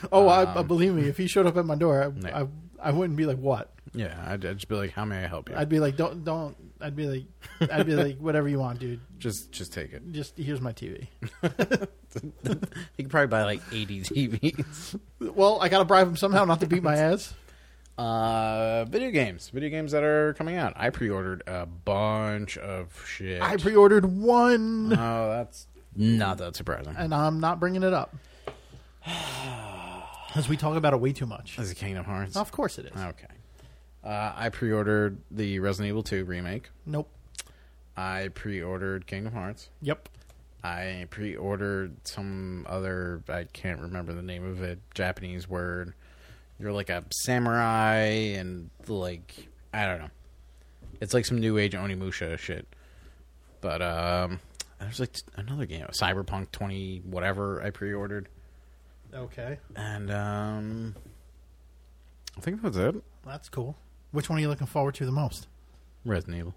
Oh,
Um,
I, I believe me. If he showed up at my door, I,
Yeah.
I, I wouldn't be like, "What?"
Yeah, I'd, I'd just be like, "How may I help you?"
I'd be like, "Don't, don't." I'd be like, "I'd be like, whatever you want, dude.
just just take it.
Just here's my TV."
You could probably buy like eighty TVs.
Well, I gotta bribe him somehow not to beat my ass.
Uh, video games, video games that are coming out. I pre-ordered a bunch of shit.
I pre-ordered one,
oh, that's not that surprising.
and I'm not bringing it up because we talk about it way too much.
Is it Kingdom Hearts?
Of course it is.
Okay. Uh, I pre-ordered the Resident Evil 2 remake.
Nope.
I pre-ordered Kingdom Hearts.
Yep.
I pre-ordered some other I can't remember the name of it Japanese word. You're like a samurai and like I don't know. It's like some new age Onimusha shit. But um there's like another game, Cyberpunk 20 whatever I pre-ordered.
Okay,
And um I think that's it.
that's cool. Which one are you looking forward to the most?
Resident Evil.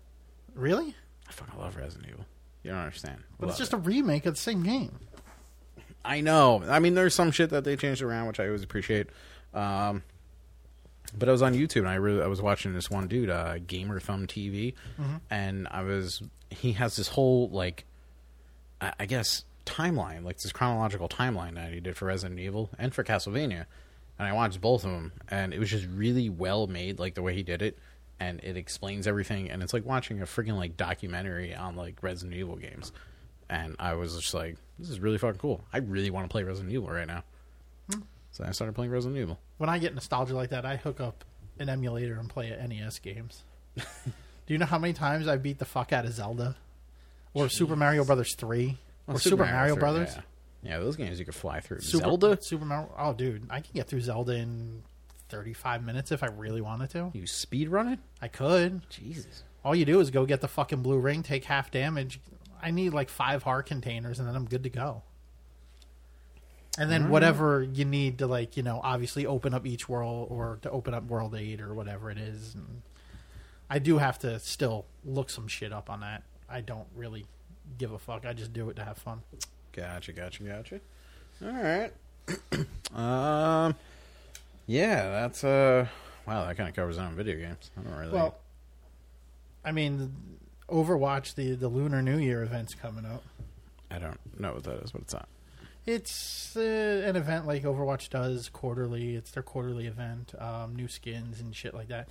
Really?
I fucking love Resident Evil. You don't understand.
But it's
Love
just a remake of the same game.
I know. I mean, there's some shit that they changed around, which I always appreciate. Um, but I was on YouTube and I really I was watching this one dude, uh, Gamer Thumb TV,
Mm-hmm.
and I was he has this whole like, I, I guess timeline, like this chronological timeline that he did for Resident Evil and for Castlevania, and I watched both of them, and it was just really well made, like the way he did it. And it explains everything, and it's like watching a freaking like documentary on like Resident Evil games and I was just like, "This is really fucking cool. I really want to play Resident Evil right now."
Hmm.
So I started playing Resident Evil.
when I get nostalgia like that, I hook up an emulator and play NES games. Do you know how many times I beat the fuck out of Zelda or Super Mario Brothers three or Super, Mario,
3,
Brothers?
Yeah. Yeah, those games you could fly through.
Super,
Zelda,
Super Mario. Oh, dude, I can get through Zelda in thirty-five minutes if I really wanted to.
you speed run it.
I could.
Jesus,
All you do is go get the fucking blue ring, take half damage. I need like five heart containers, and then I'm good to go. And then whatever you need to like, you know, obviously open up each world or to open up world eight or whatever it is. And I do have to still look some shit up on that. I don't really give a fuck. I just do it to have fun.
gotcha, gotcha, gotcha. All right. um, yeah, that's uh, wow, that kind of covers it on video games. I don't really.
Well, I mean, Overwatch the the Lunar New Year event's coming up.
I don't know what that is, but it's not.
It's uh, an event like Overwatch does quarterly. It's their quarterly event, um, new skins and shit like that.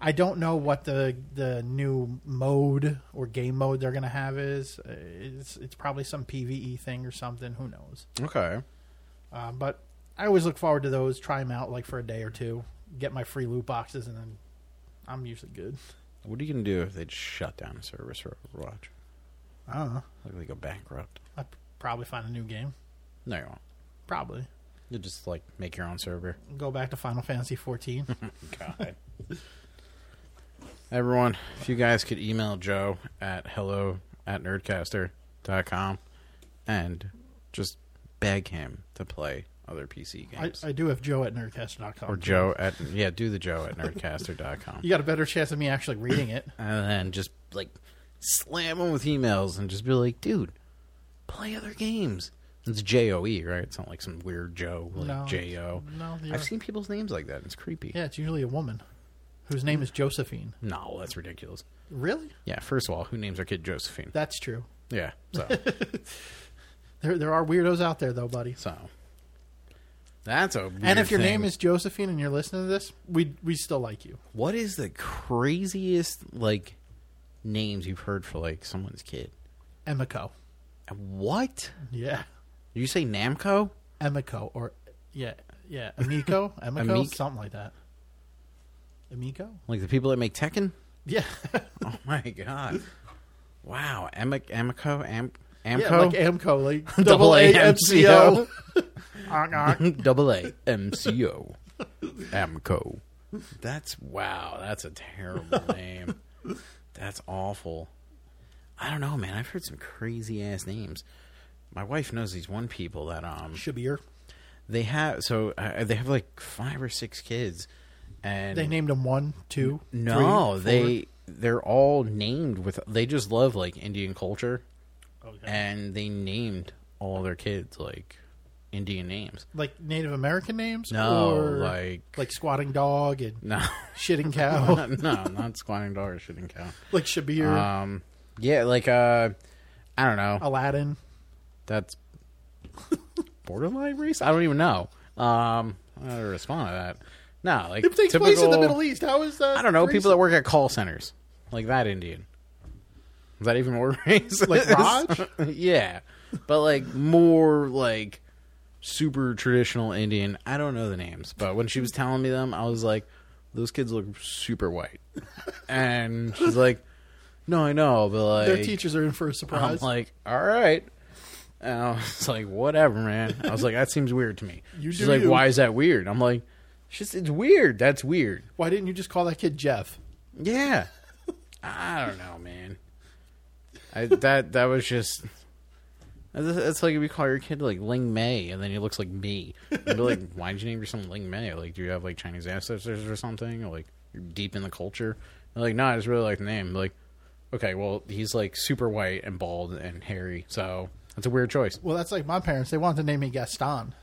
I don't know what the the new mode or game mode they're gonna have is. Uh, It's it's probably some PVE thing or something. Who knows?
Okay.
Um, but I always look forward to those. Try them out like for a day or two. Get my free loot boxes, and then I'm usually good.
What are you gonna do if they just shut down the service for Overwatch?
I don't know.
Like they go bankrupt?
I probably find a new game.
No, you won't.
Probably
You just like make your own server.
go back to Final Fantasy 14.
God. Everyone, if you guys could email Joe at hello at nerdcaster.com and just beg him to play other PC
I,
games.
I do have Joe at nerdcast.com.
or Joe at, yeah, do the Joe at nerdcaster.com.
You got a better chance of me actually reading it.
And then just like slam him with emails and just be like, dude, play other games. It's J O E, right? It's not like some weird Joe,
No,
like J O.
no, you're-
I've seen people's names like that. It's creepy.
Yeah, it's usually a woman whose name is Josephine.
No, that's ridiculous.
Really?
Yeah, first of all, who names their kid Josephine?
That's true.
Yeah. So,
There, there are weirdos out there, though, buddy.
so that's a. Weird
and if your
thing.
name is Josephine and you're listening to this, we we still like you.
what is the craziest like names you've heard for like someone's kid?
Emiko.
What?
Yeah.
Did you say Namco?
Emiko or yeah, yeah, Amico, Emiko,
Amik-
something like that. Amico?
Like the people that make Tekken?
Yeah.
Oh my god! Wow, Am- Amico, Am- Amco,
yeah, like Amco, like
Double A M C O.
Arg, arg.
double A M C O, Amco. That's wow. That's a terrible name. That's awful. I don't know, man. I've heard some crazy ass names. My wife knows these one people that um
Shabir.
they have so uh, they have like five or six kids, and
They named him one, two,
no
three,
they they're all named with they just love like Indian culture
four. Okay.
and they named all their kids like Indian names.
like Native American names.
No,
or
like-
like squatting dog and
No,
shitting cow,
no, not squatting dog or shitting cow.
like Shabir,
Um, yeah, like uh, I don't know.
Aladdin.
That's borderline race. I don't even know. Um, I don't respond to that. No, like
It takes place in the
typical-
Middle East. How is that?
I don't know people that work at call centers like that Indian. Is that even more race?
Like Raj?
yeah, but like more like super traditional Indian. I don't know the names, but when she was telling me them, I was like, "Those kids look super white," and she's like, "No, I know, but like
Their teachers are in for a surprise.
I'm like, all right. And I was like, whatever, man. I was like, that seems weird to me.
You
She's
do
like,
you.
why is that weird? I'm like, it's just it's weird. That's weird.
Why didn't you just call that kid Jeff?
Yeah. I don't know, man. I, that that was just. That's that's like if you call your kid like Ling Mei, and then he looks like me. You'd be like, why did you name your son Ling Mei? Like, do you have like Chinese ancestors or something? Or like, you're deep in the culture? They're like, no, I just really like the name. Like, okay, well, he's like super white and bald and hairy, so that's a weird choice.
Well, that's like my parents. They wanted to name me Gaston.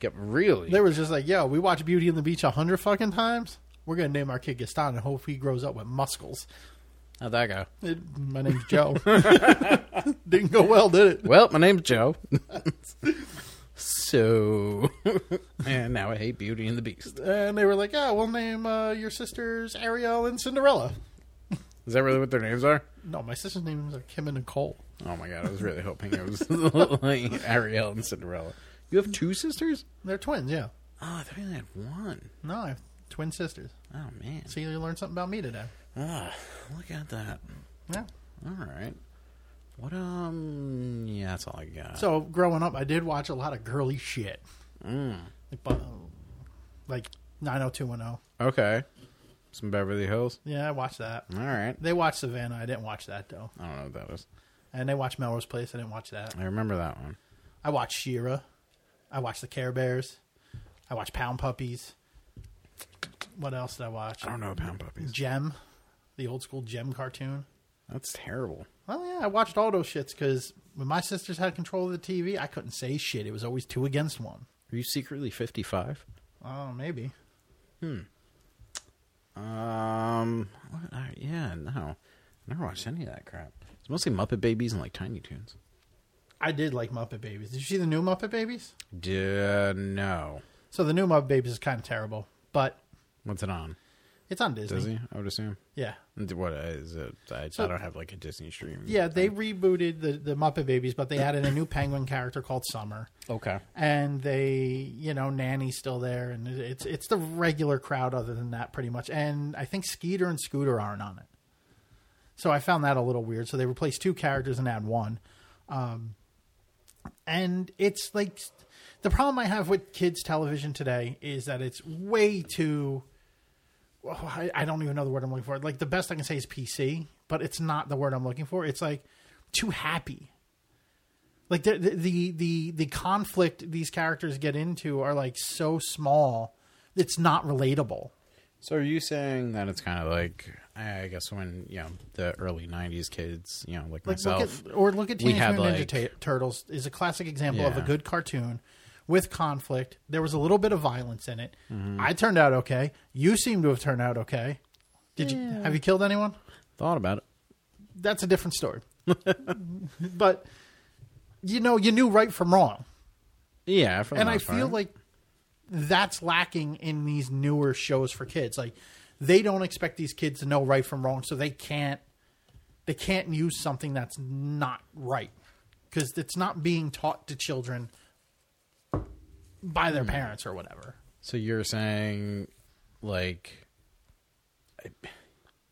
Get really
They was just like, "Yo, we watched Beauty and the Beach a hundred fucking times. We're gonna name our kid Gaston and hope he grows up with muscles."
how'd that go?
It, my name's Joe. Didn't go well, did it?
Well, my name's Joe. so, and now I hate Beauty and the Beast.
And they were like, "Yeah, we'll name uh, your sisters Ariel and Cinderella."
Is that really what their names are?
No, my sister's names are Kim and Nicole.
Oh my god, I was really hoping it was like Ariel and Cinderella. You have two sisters?
They're twins. Yeah.
Oh, I thought you only had one.
No, I have twin sisters.
Oh man.
See, you learned something about me today.
Ah, look at that.
Yeah.
All right. What um? Yeah, that's all I got.
So growing up, I did watch a lot of girly shit, like, bu- like 90210.
okay, some Beverly Hills.
Yeah, I watched that.
All right.
They watched Savannah. I didn't watch that though.
I don't know what that was.
And they watched Melrose Place. I didn't watch that.
I remember that one.
I watched Shira. I watched the Care Bears. I watched Pound Puppies. What else did I watch?
I don't know Pound Puppies.
Gem, the old school Gem cartoon.
That's terrible.
Well, yeah, I watched all those shits because when my sisters had control of the TV, I couldn't say shit. It was always two against one.
Are you secretly fifty-five?
Oh, maybe.
Um. What, I, yeah. No. Never watched any of that crap. It's mostly Muppet Babies and like Tiny Toons.
I did like Muppet Babies. Did you see the new Muppet Babies?
Duh, uh, no.
So the new Muppet Babies is kind of terrible, but
What's it on?
it's on Disney.
Does he? I would assume.
Yeah.
And What uh, is it? I,
So-
I don't have like a Disney stream.
Yeah, they rebooted the, the Muppet Babies, but they added a new penguin character called Summer.
Okay.
And they, you know, Nanny's still there, and it- it's it's the regular crowd other than that, pretty much. And I think Skeeter and Scooter aren't on it, so I found that a little weird. So they replaced two characters and add one, um, and it's like the problem I have with kids television today is that it's way too oh, I, I don't even know the word I'm looking for. Like the best I can say is PC, but it's not the word I'm looking for. It's like too happy. Like the the the the, the conflict these characters get into are like so small, it's not relatable.
So are you saying that it's kind of like I guess when you know the early '90s kids, you know, like,
Like
myself.
look at or look at
we
Teenage
had,
Mutant
like-
Ninja Ta- Turtles is a classic example of a
Yeah.
good cartoon with conflict. There was a little bit of violence in it.
Mm-hmm.
I turned out okay. You seem to have turned out okay. Did you have you killed anyone?
Thought about it.
that's a different story. but you know, you knew right from wrong,
Yeah, for the
and I
most
feel
part.
like that's lacking in these newer shows for kids. Like they don't expect these kids to know right from wrong, so they can't they can't use something that's not right because it's not being taught to children by
Hmm.
their parents or whatever.
So you're saying, like,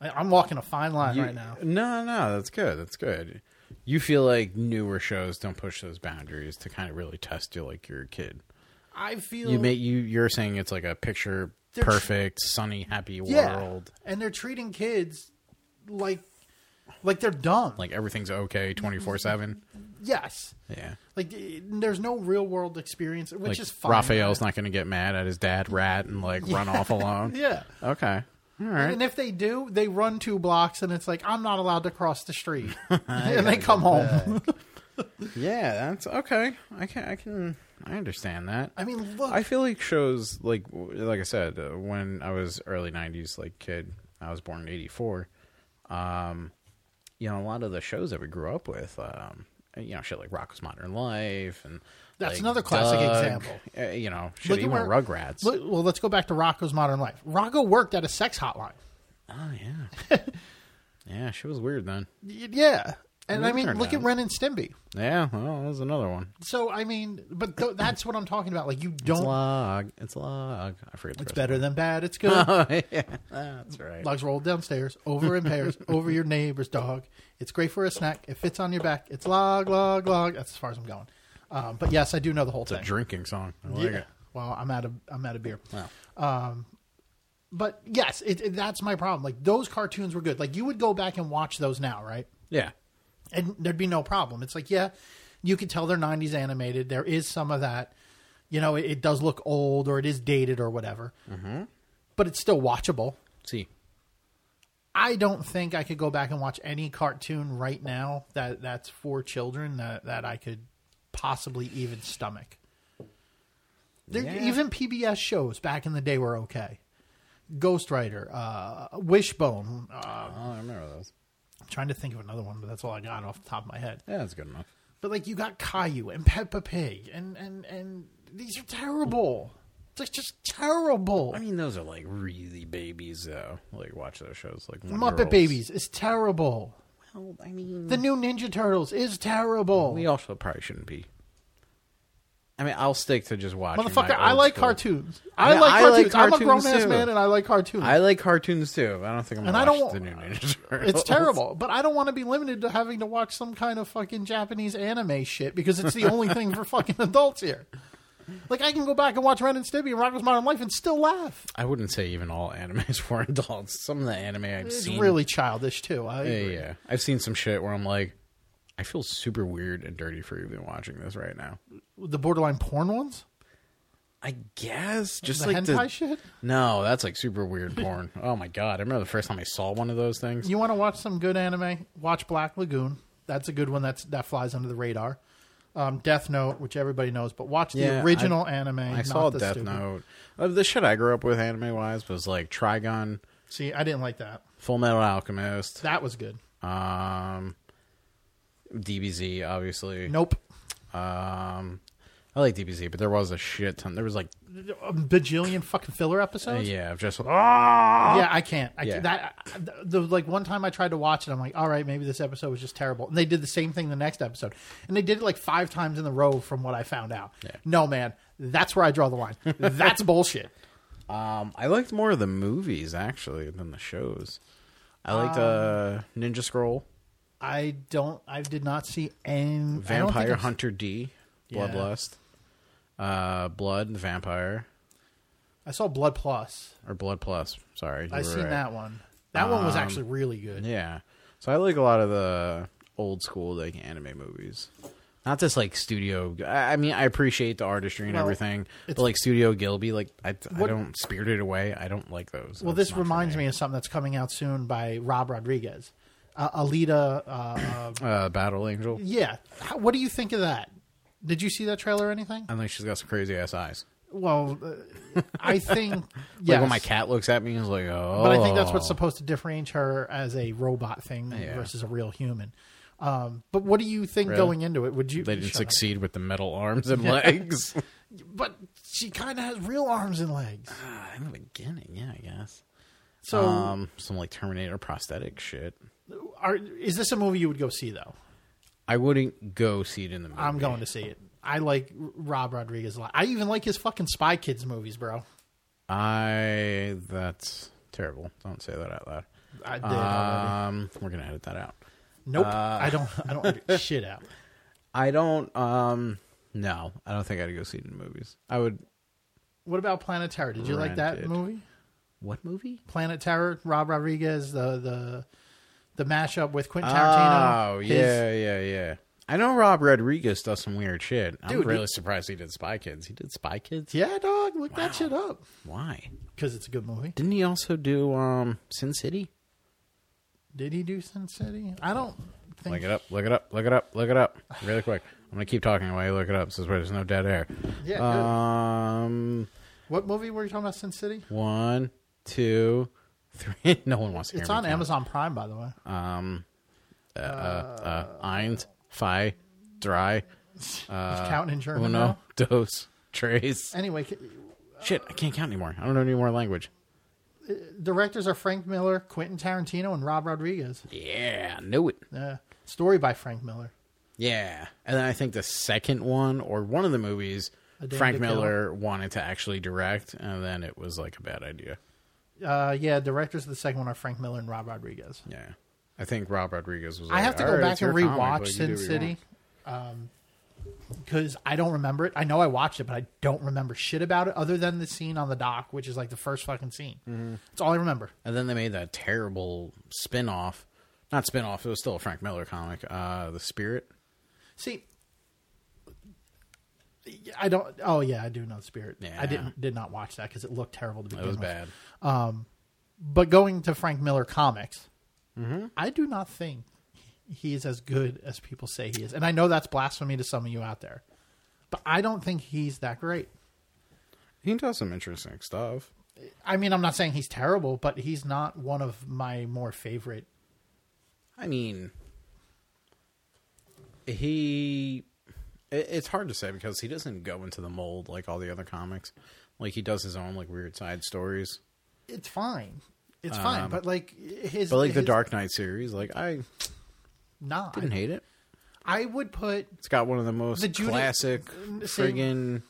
I- I'm walking a fine line
you-
right now.
No, no, that's good. That's good. You feel like newer shows don't push those boundaries to kind of really test you, like you're a kid.
I feel
You may you you're saying it's like a picture
Mm. They're tr-
perfect, sunny, happy world.
And they're treating kids like like they're dumb.
Like everything's okay
Mm-hmm.
twenty four seven.
yes.
Yeah.
Like eh, there's no real world experience, which
Like
is fine.
Raphael's not gonna get mad at his dad rat and like run off alone.
Yeah.
Okay. All right.
And if they do, they run two blocks and it's like, I'm not allowed to cross the street. and they come home.
Yeah, that's okay. I can I can I understand that.
I mean, look.
I feel like shows like like I said uh, when I was early '90s like kid. I was born in '84. Um, you know, a lot of the shows that we grew up with, um, you know, shit like Rocko's Modern Life, and
That's
like,
another classic
Doug,
example.
uh, you know, shit,
Look at
even
where-
Rugrats.
look- well, let's go back to Rocco's Modern Life. Rocco worked at a sex hotline.
Oh yeah, yeah, she was weird then.
Y- Yeah. And I
Believe it
mean,
or
look at
not.
Ren and Stimpy.
Yeah, well, that was another one.
So, I mean, but th- that's what I'm talking about. Like, you
It's
don't.
log. It's log. I forget. The
It's
rest
better than bad. It's good.
of it. yeah, that's right.
Lugs rolled downstairs, over in pairs, over your neighbor's dog. It's great for a snack. It fits on your back. It's log, log, log. That's as far as I'm going. Um, but yes, I do know the whole
It's
thing.
a drinking song. I like
yeah.
it.
Well, I'm out of I'm out of beer. Um,
Wow.
But yes, it, it- that's my problem. Like those cartoons were good. Like you would go back and watch those now, right?
Yeah.
And there'd be no problem. It's like yeah, you could tell they're '90s animated. There is some of that. You know, it, it does look old or it is dated or whatever. Mm-hmm. But it's still watchable.
See.
I don't think I could go back and watch any cartoon right now that that's for children that, that I could possibly even stomach. There,
Yeah.
Even PBS shows back in the day were okay. Ghostwriter, uh, Wishbone. Uh,
Oh, I remember those.
I'm trying to think of another one, but that's all I got off the top of my head.
Yeah, that's good enough.
But like you got Caillou and Peppa Pig, and and and these are terrible. It's just terrible.
I mean, those are like really babies, though. Like, watch those shows, like
Muppet
one-year-olds.
Babies is terrible.
Well, Oh, I mean,
The new Ninja Turtles is terrible.
we also probably shouldn't be. I mean, I'll stick to just watching.
Motherfucker,
my
I
old
like
school-
cartoons. I
I mean,
like
I like
cartoons. I'm a
cartoons
grown ass
too.
man and I like cartoons.
I Oh, like cartoons too. but I don't think I'm. Gonna
And I
watch
don't-
The new Ninja Turtles.
it's terrible, but I don't want to be limited to having to watch some kind of fucking Japanese anime shit because it's the only thing for fucking adults here. Like I can go back and watch Ren and Stimpy and Rocko's Modern Life and still laugh.
I wouldn't say even all anime is for adults. Some of the anime I've
It's
seen,
really childish too. I
yeah,
agree.
yeah. I've seen some shit where I'm like, I feel super weird and dirty for even watching this right now.
The borderline porn ones,
I guess just
the
like
hentai
the,
shit.
No, that's like super weird porn. Oh my god! I remember the first time I saw one of those things.
You want to watch some good anime? Watch Black Lagoon. That's a good one. That's that flies under the radar. Um, Death Note, which everybody knows, but watch the
Yeah, I-
original anime.
I
not
saw
the
Death
stupid-
Note. Uh, the shit I grew up with anime wise was like Trigon,
See, I didn't like that.
Full Metal Alchemist,
That was good.
um, DBZ, obviously.
Nope.
Um, I like DBZ, but there was a shit ton. There was like,
A bajillion fucking filler
uh,
episodes.
yeah, just ah,
Yeah, I can't. I
Yeah.
can't that uh, the, like one time I tried to watch it. I'm like, all right, maybe this episode was just terrible. And they did the same thing the next episode, and they did it like five times in the row, from what I found out. No, man, that's where I draw the line. that's bullshit.
Um, I liked more of the movies actually than the shows. I
Um,
liked uh, Ninja Scroll,
I don't. I did not see any I don't think
Vampire
I've-
Hunter D,
Yeah.
Bloodlust, uh, Blood the Vampire.
I saw Blood Plus.
or Blood Plus. Sorry, you
I
were
seen
right. Um,
that one. That one was actually really good.
Yeah, so I like a lot of the old school like anime movies. Not this like studio. I I mean, I appreciate the artistry and
Well,
everything, but
it's-
like Studio Gilby, like I, I
What-
don't Spirited Away. I don't like those.
Well,
That's
this
not for
reminds me. of something that's coming out soon by Rob Rodriguez, uh, Alita. Uh, uh,
uh, Battle Angel.
yeah, How, what do you think of that? Did you see that trailer or anything?
I think she's got some crazy ass eyes.
Well, uh, I think
Like
yes,
when my cat looks at me, he's like, "Oh."
but I think that's what's supposed to differentiate her as a robot thing versus a real human. Um, but what do you think
Really?
going into it? Would you?
They didn't
Shut up.
succeed with the metal arms and legs.
But she kind of has real arms and legs.
Ah, In the beginning, yeah, I guess.
So,
um, some like Terminator prosthetic shit.
are, is this a movie you would go see though?
I wouldn't go see it in the movie.
I'm going to see it. I like Rob Rodriguez a lot. I even like his fucking Spy Kids movies, bro.
I that's terrible. Don't say that out loud.
I did. already.
Um, we're gonna edit that out.
nope. I don't. I don't edit shit out.
I don't. Um, no, I don't think I'd go see it in movies. I would.
What about Planet Terror? Did you like that
Rented.
movie?
What movie?
Planet Terror. Rob Rodriguez. The the the mashup with Quentin Tarantino.
Oh,
his-
yeah, yeah, yeah. I know Rob Rodriguez does some weird shit. I'm
Dude,
really
he-
surprised he did Spy Kids. He did Spy Kids?
yeah, dog. Look that shit up
Why?
because it's a good movie.
Didn't he also do um Sin City?
Did he do Sin City? I don't think.
Look it up, look it up, look it up, look it up. Really quick. I'm gonna keep talking while you look it up, so there's no dead air.
Yeah, good.
Um
What movie were you talking about? Sin City.
one, two, three no one wants to hear
It's
me
on
count.
Amazon Prime, by the way.
Um uh, uh, uh Eins, Fi, Dry,
He's counting in German.
Uno,
now.
Dos, Trace.
Anyway, c-
Shit, I can't count anymore. I don't know any more language.
directors are Frank Miller, Quentin Tarantino, and Rob Rodriguez.
Yeah, knew it.
Yeah. Story by Frank Miller.
Yeah, and then I think the second one or one of the movies,
A Dame
Frank
to Kill.
Miller wanted to actually direct, and then it was like a bad idea.
Uh, yeah, directors of the second one are Frank Miller and Rob Rodriguez.
Yeah, I think Rob Rodriguez was.
I
like,
have to
"All
go
right,
back
it's your
and
comic,
rewatch
but you do
Sin
what you
City
want."
because I don't remember it. I know I watched it, but I don't remember shit about it other than the scene on the dock, which is like the first fucking scene.
Mm-hmm.
That's all I remember.
And then they made that terrible spin off. Not spin off, it was still a Frank Miller comic. Uh, the Spirit.
See, I don't. Oh yeah, I do know Spirit.
Yeah.
I didn't did not watch that because it looked terrible to begin
It was
with.
bad.
But going to Frank Miller comics,
Mm-hmm.
I do not think he is as good as people say he is, and I know that's blasphemy to some of you out there, but I don't think he's that great.
He does some interesting stuff.
I mean, I'm not saying he's terrible, but he's not one of my more favorite.
I mean, he. it- It's hard to say because he doesn't go into the mold like all the other comics. Like he does his own like weird side stories.
It's fine. It's fine, but like his
Um, But like the
his-
Dark Knight series, like I
Nah,
didn't hate it.
I would put
It's got one of the most
The Judy-
classic
same-
friggin'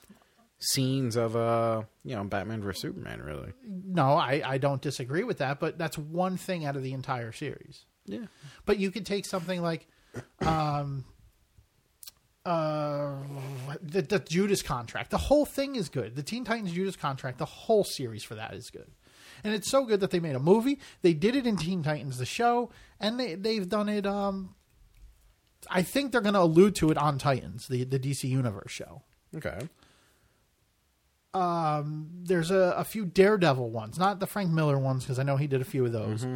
scenes of uh you know Batman versus Superman. Really,
no. I I don't disagree with that, but that's one thing out of the entire series.
yeah.
But you could take something like, um, uh, the, the Judas contract. The whole thing is good. The Teen Titans Judas contract. The whole series for that is good, and it's so good that they made a movie. They did it in Teen Titans the show, and they they've done it. Um, I think they're going to allude to it on Titans, the the DC Universe show.
Okay,
There's a, a few Daredevil ones, not the Frank Miller ones, because I know he did a few of those.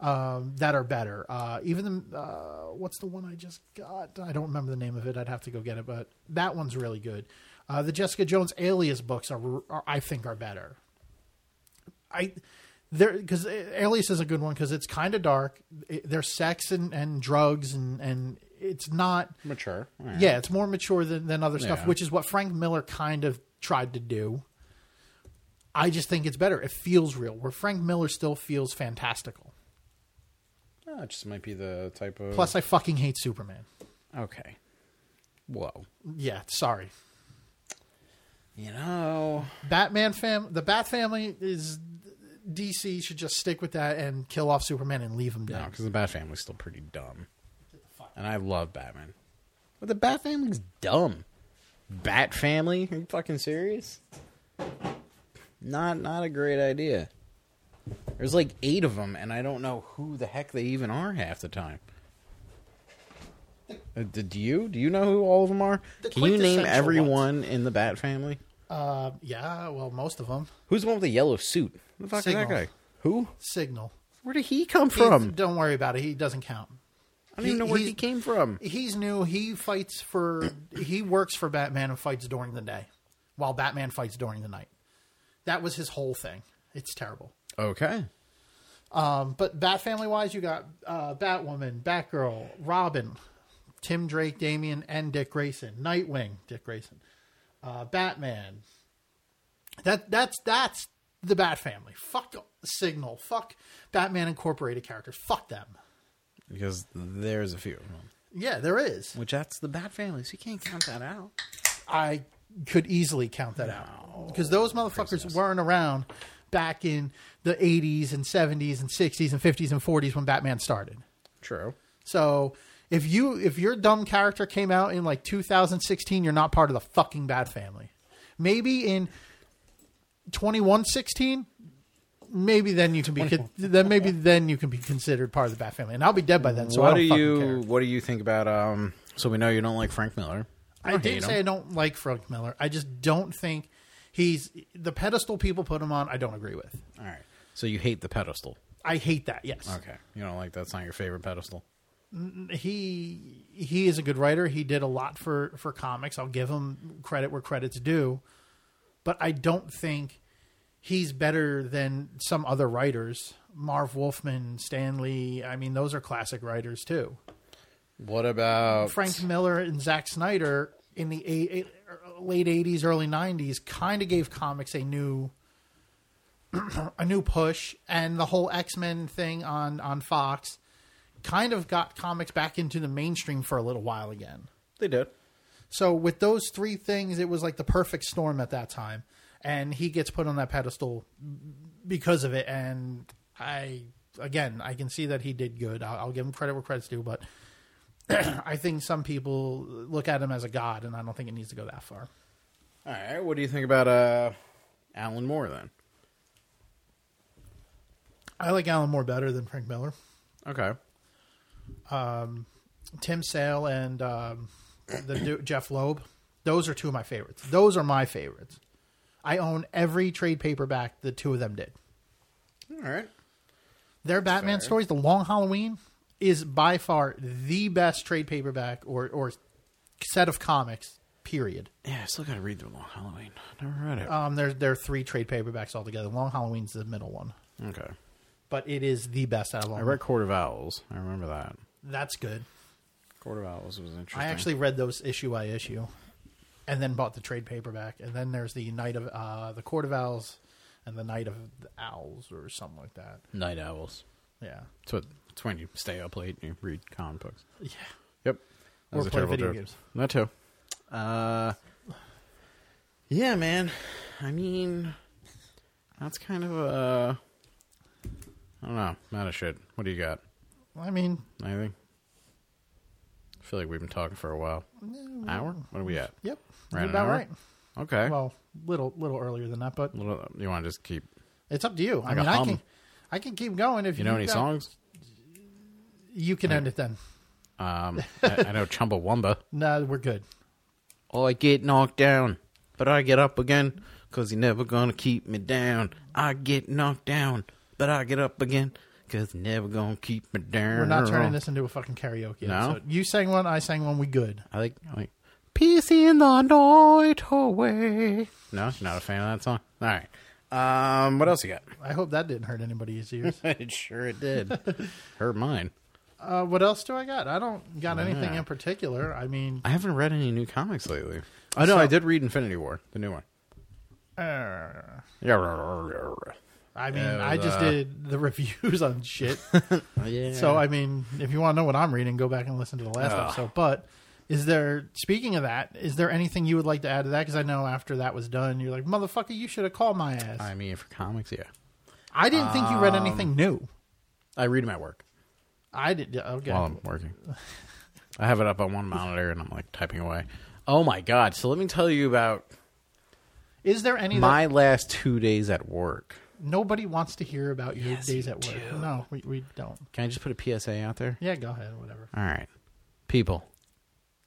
um, that are better. Uh, even the, uh, what's the one I just got? I don't remember the name of it. I'd have to go get it, but that one's really good. Uh, the Jessica Jones Alias books are, are I think, are better. I there because Alias is a good one because it's kind of dark. It, there's sex and, and drugs and and it's not
mature. All right.
yeah, it's more mature than, than other stuff,
Yeah.
which is what Frank Miller kind of tried to do. I just think it's better. It feels real. Where Frank Miller still feels fantastical.
Ah, it just might be the type of
Plus, I fucking hate Superman.
Okay, whoa,
Yeah, sorry.
you know,
Batman fam, the Bat family is DC should just stick with that and kill off Superman and leave him
no,
down.
because the Bat Family's still pretty dumb, and I love Batman, but the Bat Family's dumb. Bat Family? Are you fucking serious? Not not a great idea. There's like eight of them, and I don't know who the heck they even are half the time. Uh, did you? Do you know who all of them are?
The
Can you name
quintessential
everyone in the Bat Family?
Uh, yeah, well, most of them.
Who's the one with the yellow suit? Who The fuck is
Signal.
that guy? Who?
Signal.
Where did he come
He's-
from?
don't worry about it. He doesn't count.
I don't even know where
he's-
he came from.
He's new. He fights for. he works for Batman and fights during the day, while Batman fights during the night. That was his whole thing. It's terrible. Um,
Okay.
but Bat Family wise, you got uh, Batwoman, Batgirl, Robin, Tim Drake, Damian, and Dick Grayson, Nightwing, Dick Grayson, uh, Batman. That that's that's the Bat Family. Fuck Signal. Fuck Batman Incorporated characters. Fuck them.
Because there's a few of them.
Yeah, there is.
Which that's the Bat Family, so you can't count that out.
I could easily count that out because those motherfuckers weren't around back in the 80s and 70s and 60s and 50s and 40s when Batman started.
True.
So if you if your dumb character came out in like 2016, you're not part of the fucking bad family. Maybe in 2116, maybe then you can be con- then maybe then you can be considered part of the Bat family, and I'll be dead by then. So I
what do
don't fucking
you
care.
What do you think about? Um, so we know you don't like Frank Miller.
I
don't
didn't
hate
say I
him.
don't like Frank Miller. I just don't think he's the pedestal people put him on. I don't agree with.
All right. So you hate the pedestal.
I hate that. Yes.
Okay. You don't like that's not your favorite pedestal.
he he is a good writer. He did a lot for for comics. I'll give him credit where credit's due, but I don't think he's better than some other writers. Marv Wolfman, Stan Lee. I mean, those are classic writers too.
What about
Frank Miller and Zack Snyder in the eight, eight, late '80s, early '90s kind of gave comics a new a new push, and the whole X Men thing on on Fox kind of got comics back into the mainstream for a little while again.
They did.
So with those three things, it was like the perfect storm at that time, and he gets put on that pedestal because of it. And I, again, I can see that he did good. I'll, I'll give him credit where credit's due, but I think some people look at him as a god, and I don't think it needs to go that far.
All right. What do you think about uh, Alan Moore then?
I like Alan Moore better than Frank Miller.
Okay.
Tim Sale and um, the du- Jeff Loeb. Those are two of my favorites. Those are my favorites. I own every trade paperback the two of them did.
All right.
Their Batman
Fair.
stories, The Long Halloween, is by far the best trade paperback or or set of comics. Period.
Yeah, I still got to read The Long Halloween. Never read it.
Um, there's there are three trade paperbacks altogether. Long Halloween's the middle one,
okay.
but it is the best out of all.
I
of
read
them.
Court of Owls. I remember that.
That's good.
Court of Owls was interesting.
I actually read those issue by issue, and then bought the trade paperback. And then there's the Night of uh, the Court of Owls, and the Night of the Owls, or something like that.
Night Owls.
Yeah,
It's, what, it's when you stay up late and you read comic books.
yeah.
Yep.
Or
was a
play
terrible
video
joke.
games.
That too. Uh, yeah, man. I mean, that's kind of a. I don't know. Not a shit. What do you got?
I mean,
Anything? I feel like we've been talking for a while. Hour? What are we at?
yep,
Ran
you're
an
about
hour?
right.
Okay.
Well, little little earlier than that, but
Little- you want to just keep.
It's up to you. I
Like a
mean, I
hum.
can, I can keep going if
You know
you've
any
got-
songs?
You can end it then.
Um, I, I know Chumbawamba.
No, we're good.
Oh, I get knocked down, but I get up again, cause you're never gonna keep me down. I get knocked down, but I get up again, cause you're never gonna keep me down.
We're not turning this into a fucking karaoke.
No?
episode. you sang one, I sang one. We good.
I like, I like, peace in the night away. No, not a fan of that song. All right. Um, what else you got?
I hope that didn't hurt anybody's ears.
it sure it did. Hurt mine.
uh, what else do I got? I don't got anything in particular. I mean,
I haven't read any new comics lately. Oh no,
So-
I did read Infinity War, the new one.
uh,
Yeah.
I mean,
Yeah, it
I
was,
just
uh,
did the reviews on shit.
Yeah.
so I mean, if you want to know what I'm reading, go back and listen to the last
Ugh.
episode. But is there? Speaking of that, is there anything you would like to add to that? Because I know after that was done, you're like, motherfucker, you should have called my ass.
I mean, for comics, yeah.
I didn't think you read
Um,
anything new.
I read them at work.
I did. yeah, Okay.
while I'm working. I have it up on one monitor and I'm like typing away. Oh my god! So let me tell you about
Is there any
my
that
last two days at work.
nobody wants to hear about your days
you
at work?
do.
No, we, we don't.
Can I just put a PSA out there?
Yeah, go ahead. Whatever.
All right, people.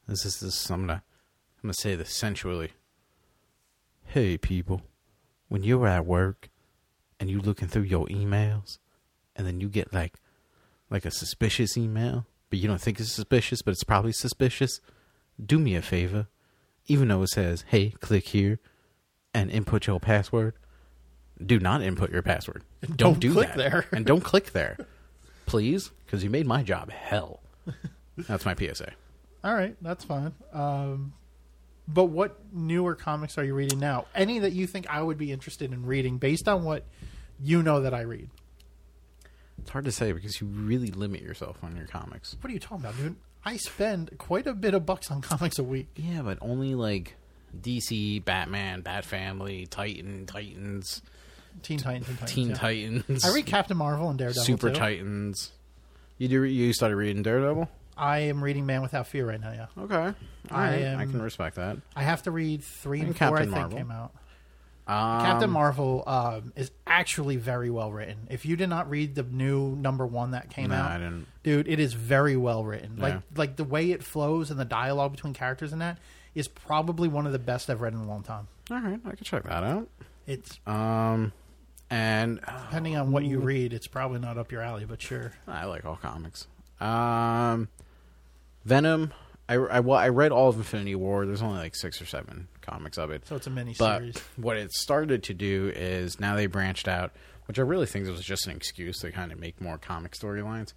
This is this. I'm gonna I'm gonna say this sensually. Hey, people. When you're at work and you looking through your emails, and then you get like like a suspicious email, but you don't think it's suspicious, but it's probably suspicious. Do me a favor, even though it says, "Hey, click here and input your password." Do not input your password. Don't,
don't
do
click
that.
there.
and don't click there, please, because you made my job hell. That's my PSA.
All right, that's fine. Um, but what newer comics are you reading now? Any that you think I would be interested in reading based on what you know that I read?
It's hard to say because you really limit yourself on your comics.
What are you talking about, dude? I spend quite a bit of bucks on comics a week.
Yeah, but only like DC, Batman, Bat Family, Titan, Titans,
Teen Titans and Titans.
Teen
yeah.
Titans,
I read Captain Marvel and Daredevil.
Super
too.
Titans. You do you started reading Daredevil?
I am reading Man Without Fear right now. Yeah,
Okay, All
I
right. I
am-
can respect that.
I have to read three and,
And
four. I
Captain
think
Marvel.
came out. Captain Marvel um, is actually very well written. If you did not read the new number one that came
No,
out,
I didn't.
dude, it is very well written.
Yeah.
Like like the way it flows and the dialogue between characters and that is probably one of the best I've read in a long time.
All right, I can check that out.
It's
Um, and uh,
depending on what you
Oh.
read, it's probably not up your alley, but sure.
I like all comics. Um, Venom. I, I, well, I read all of Infinity War. There's only like six or seven comics of it.
So it's a mini
but
series.
what it started to do is now they branched out, which I really think was just an excuse to kind of make more comic storylines.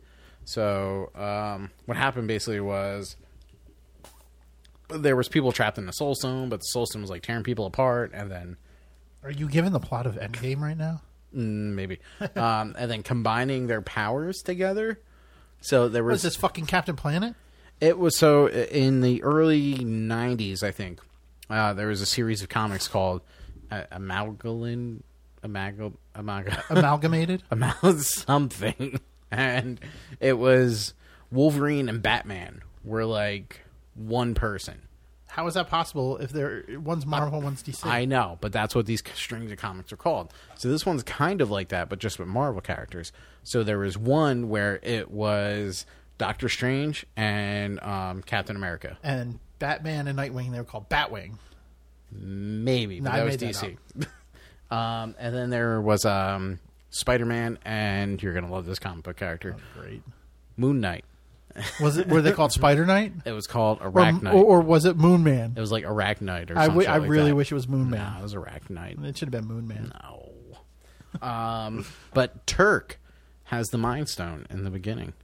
So um, what happened basically was there was people trapped in the Soul Stone, but the Soul Stone was like tearing people apart, and then
Are you given the plot of Endgame right now?
mm, maybe, um, and then combining their powers together. So there
What is
was
this fucking Captain Planet?
It was so in the early '90s, I think. Uh, there was a series of comics called uh, Amalgalin, Amagal, Amagal,
Amalgamated?
Amal something, and it was Wolverine and Batman were like one person.
How is that possible if they're one's Marvel, one's DC?
I know, but that's what these strings of comics are called. So this one's kind of like that, but just with Marvel characters. So there was one where it was Doctor Strange and um, Captain America.
and Batman and Nightwing, they were called Batwing.
maybe but
No, I
that was
made that
DC. um, and then there was um, Spider Man, and you're gonna love this comic book character,
Great.
Moon Knight.
Was it? Were they called Spider Knight?
It was called
Or,
Arachnite.
or, or was it Moon Man?
it was like Arachnite or
I,
something.
w- I really wish it was Moon Man.
No, it was Arachnite.
It should have been Moon Man.
No. Um, but Turk has the Mind Stone in the beginning.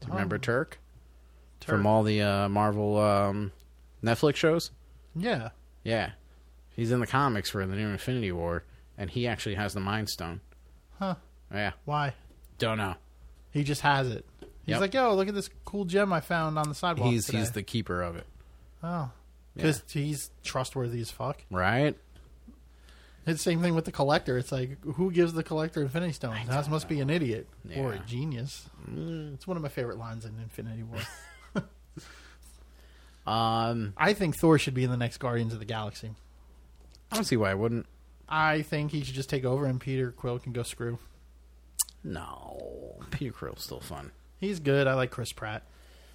Do you remember Turk? From all the uh, Marvel um, Netflix shows?
Yeah.
Yeah. He's in the comics for the new Infinity War, and he actually has the Mind Stone.
Huh.
Yeah.
Why?
Don't know.
He just has it. He's
Yep.
like, yo, look at this cool gem I found on the sidewalk.
he's
today."
he's the keeper of it,
oh, because he's trustworthy as fuck.
right?
It's the same thing with the collector. It's like, who gives the collector Infinity Stones? That must be an idiot or a
Yeah. Mm.
genius. It's one of my favorite lines in Infinity War.
Um,
I think Thor should be in the next Guardians of the Galaxy.
I don't see why I wouldn't.
I think he should just take over and Peter Quill can go screw.
No, Peter Krill's still fun.
He's good. I like Chris Pratt.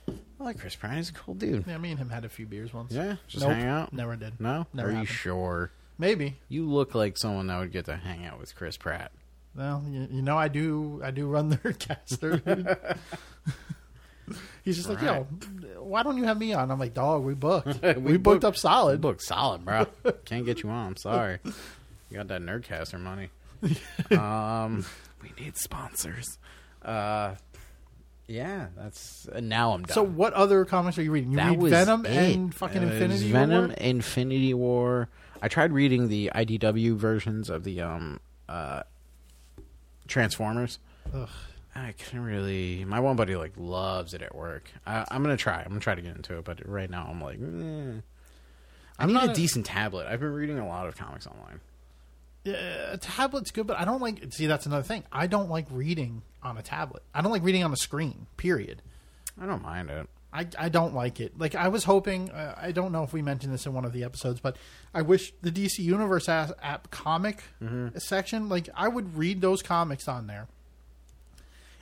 I like Chris Pratt. He's a cool dude.
Yeah, me and him had a few beers once.
Yeah, just
Nope.
hang out.
Never did.
No,
Never
are you
happened.
sure?
Maybe.
You look like someone that would get to hang out with Chris Pratt.
Well, you, you know, I do. I do run their cast. they're- He's just like, yo, why don't you have me on? I'm like, dog, we booked. we, booked, up solid.
Book solid, bro. Can't get you on. I'm sorry. You got that Nerdcaster money. um, we need sponsors. Uh, yeah, that's uh, now I'm done.
So, what other comics are you reading? You
that
read
was
Venom
it.
and
It
fucking
was
Infinity
Venom,
War.
Infinity War. I tried reading the IDW versions of the um uh Transformers.
Ugh.
I couldn't really. My one buddy like loves it at work. I, I'm gonna try. I'm gonna try to get into it, but right now I'm like, eh. I
I'm
need
not
a,
a-
decent tablet. I've been reading a lot of comics online.
Yeah, a tablet's good, but I don't like. See, that's another thing. I don't like reading on a tablet. I don't like reading on a screen. Period.
I don't mind it.
I, I don't like it. Like I was hoping. Uh, I don't know if we mentioned this in one of the episodes, but I wish the DC Universe app, app comic
Mm-hmm.
section. Like I would read those comics on there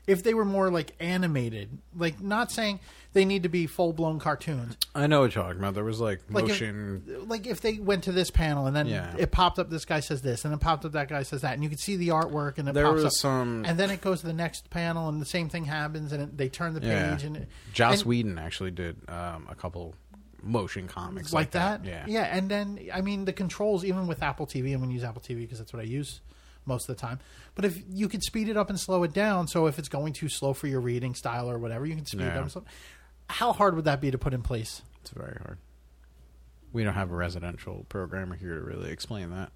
if they were more like animated. Like not saying they need to be full blown cartoons.
I know what you're talking about. There was like,
Like
motion.
if, like if they went to this panel and then
Yeah.
it popped up. This guy says this, and it popped up. That guy says that, and you could see the artwork. And it
There
pops
was
up,
some-
and then it goes to the next panel, and the same thing happens, and it, they turn the page,
yeah,
and it,
Joss
and-
Whedon actually did um, a couple motion comics
like that.
Yeah,
Yeah, and then I mean the controls even with Apple TV. I'm going to use Apple TV because that's what I use most of the time. But if you could speed it up and slow it down, so if it's going too slow for your reading style or whatever, you can speed it
Yeah.
up. And slow. How hard would that be to put in place?
It's very hard. We don't have a residential programmer here to really explain that.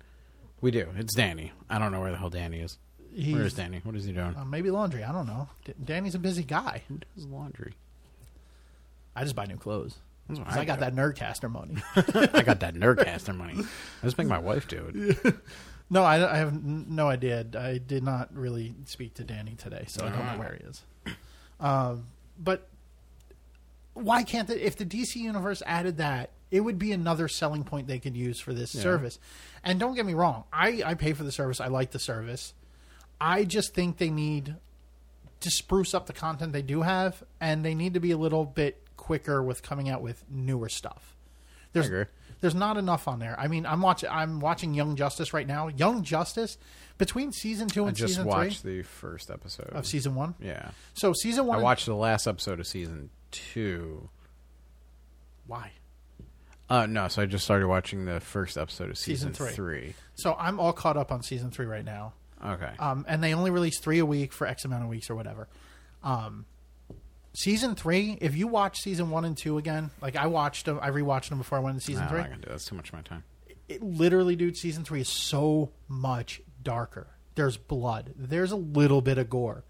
We do. It's Danny. I don't know where the hell Danny is. where
He's-
is Danny? What is he doing?
Uh, maybe laundry. I don't know. D- Danny's a busy guy.
He does laundry.
I just buy new clothes.
That's what
'Cause I, got
do.
that Nerdcaster money.
I got that Nerdcaster money. I just make my wife do it.
no, I, I have n- no idea. I did not really speak to Danny today, so I don't know
Ah.
where he is. Um, but why can't the, if the DC universe added that It would be another selling point they could use for this service. And don't get me wrong, I, I pay for the service. I like the service. I just think they need to spruce up the content they do have, and they need to be a little bit quicker with coming out with newer stuff. There's
agree.
there's not enough on there. I mean, I'm watching I'm watching Young Justice right now. Young Justice between season two and
I just
season
watched
three
the first episode.
of season one.
yeah,
So season one.
I
and-
watched the last episode of season two.
why.
Uh, no, so I just started watching the first episode of
Season
season,
three.
three.
So I'm all caught up on season three right now.
Okay,
um, and they only release three a week for X amount of weeks or whatever. Um, season three, if you watch season one and two again, like I watched them, I rewatched them before I went to
no,
season
I'm
three.
not gonna do that. That's too much of my time.
It literally, dude, season three is so much darker. There's blood. There's a little bit of gore.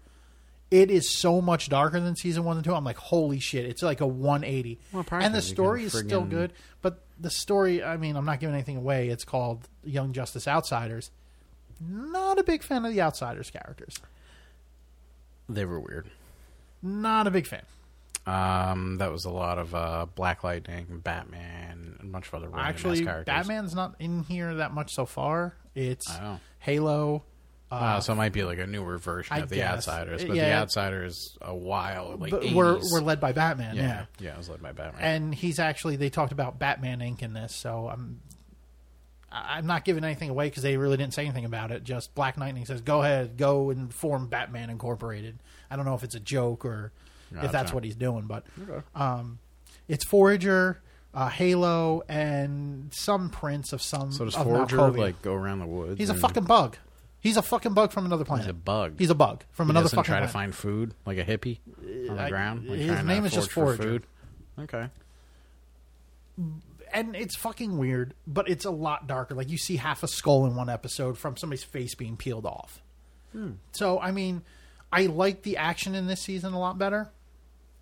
It is so much darker than season one and two. I'm like, holy shit! It's like a 180.
Well, probably
and the
'cause you can
story is still
friggin-
good, but the story. I mean, I'm not giving anything away. It's called Young Justice Outsiders. Not a big fan of the Outsiders characters.
They were weird.
Not a big fan.
Um, that was a lot of uh, Black Lightning, Batman, and a bunch of other random
Actually,
characters.
Batman's not in here that much so far. It's
I know.
Halo.
Uh, so it might be like a newer version
I
of the
guess.
Outsiders,
Uh,
but the
yeah.
Outsiders a while like
but
80s.
we're we're led by Batman. Yeah.
yeah yeah it was led by Batman.
and he's actually they talked about Batman Inc. in this, so I'm I- I'm not giving anything away because they really didn't say anything about it. Just Black Lightning says, "Go ahead, go and form Batman Incorporated." I don't know if it's a joke or if that's
Gotcha.
what he's doing, but um, it's Forager, uh, Halo, and some prince of some.
so does
of
Forger
Malkovia.
like go around the woods?
He's a
and
fucking bug. He's a fucking bug from another planet.
He's a bug.
He's a bug from
he
another
doesn't
fucking
try to
planet.
find food like a hippie on the
I-
ground. Like
his
trying to
name is just
forge for
Forager.
food. Okay,
and it's fucking weird, but it's a lot darker. Like you see half a skull in one episode from somebody's face being peeled off. So I mean, I like the action in this season a lot better.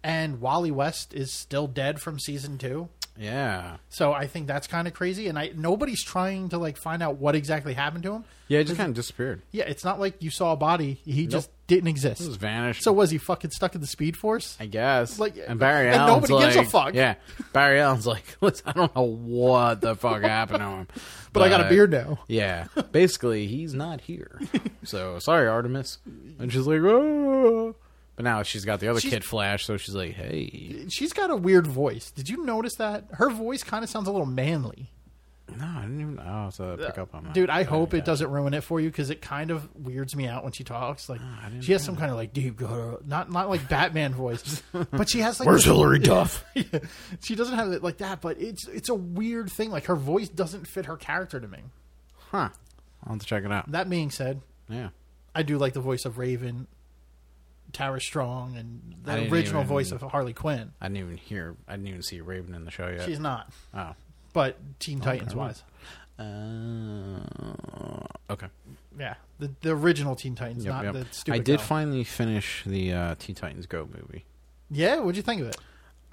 And Wally West is still dead from season two.
yeah,
So I think that's kind of crazy, and I nobody's trying to like find out what exactly happened to him.
yeah, it just kind of disappeared.
Yeah, it's not like you saw a body; he just didn't exist.
It just vanished.
So was he fucking stuck in the Speed Force?
Hmm. I guess.
Like-
and Barry
and
Allen's
nobody gives a
like-
fuck.
Yeah, Barry Allen's like, listen, I don't know what the fuck happened to him,
But I got a beard now.
Yeah, basically, he's not here. So sorry, Artemis. And she's like, oh. But now she's got the other
She's-
kid Flash, so she's like, hey,
She's got a weird voice. Did you notice that? Her voice kind of sounds a little manly.
no, I didn't even. I'll have to pick up on that,
Dude, I hope
yeah.
it doesn't ruin it for you because it kind of weirds me out when she talks. Like
Ah,
she has some kind of like deep, guttural- not not like Batman voice, but she has like
Where's Hillary Duff?
she doesn't have it like that. But it's it's a weird thing. Like her voice doesn't fit her character to me.
huh? I'll have to check it out.
That being said,
Yeah,
I do like the voice of Raven, Tara Strong, and
I
the
didn't
original
even-
voice of Harley Quinn.
I didn't even hear. I didn't even see Raven in the show yet.
She's not,
oh,
but Teen Titans wise,
uh, okay.
yeah, the the original Teen Titans,
Yep,
not
yep.
the stupid.
I did
girl.
finally finish the uh, Teen Titans Go movie.
Yeah, what'd you think of it?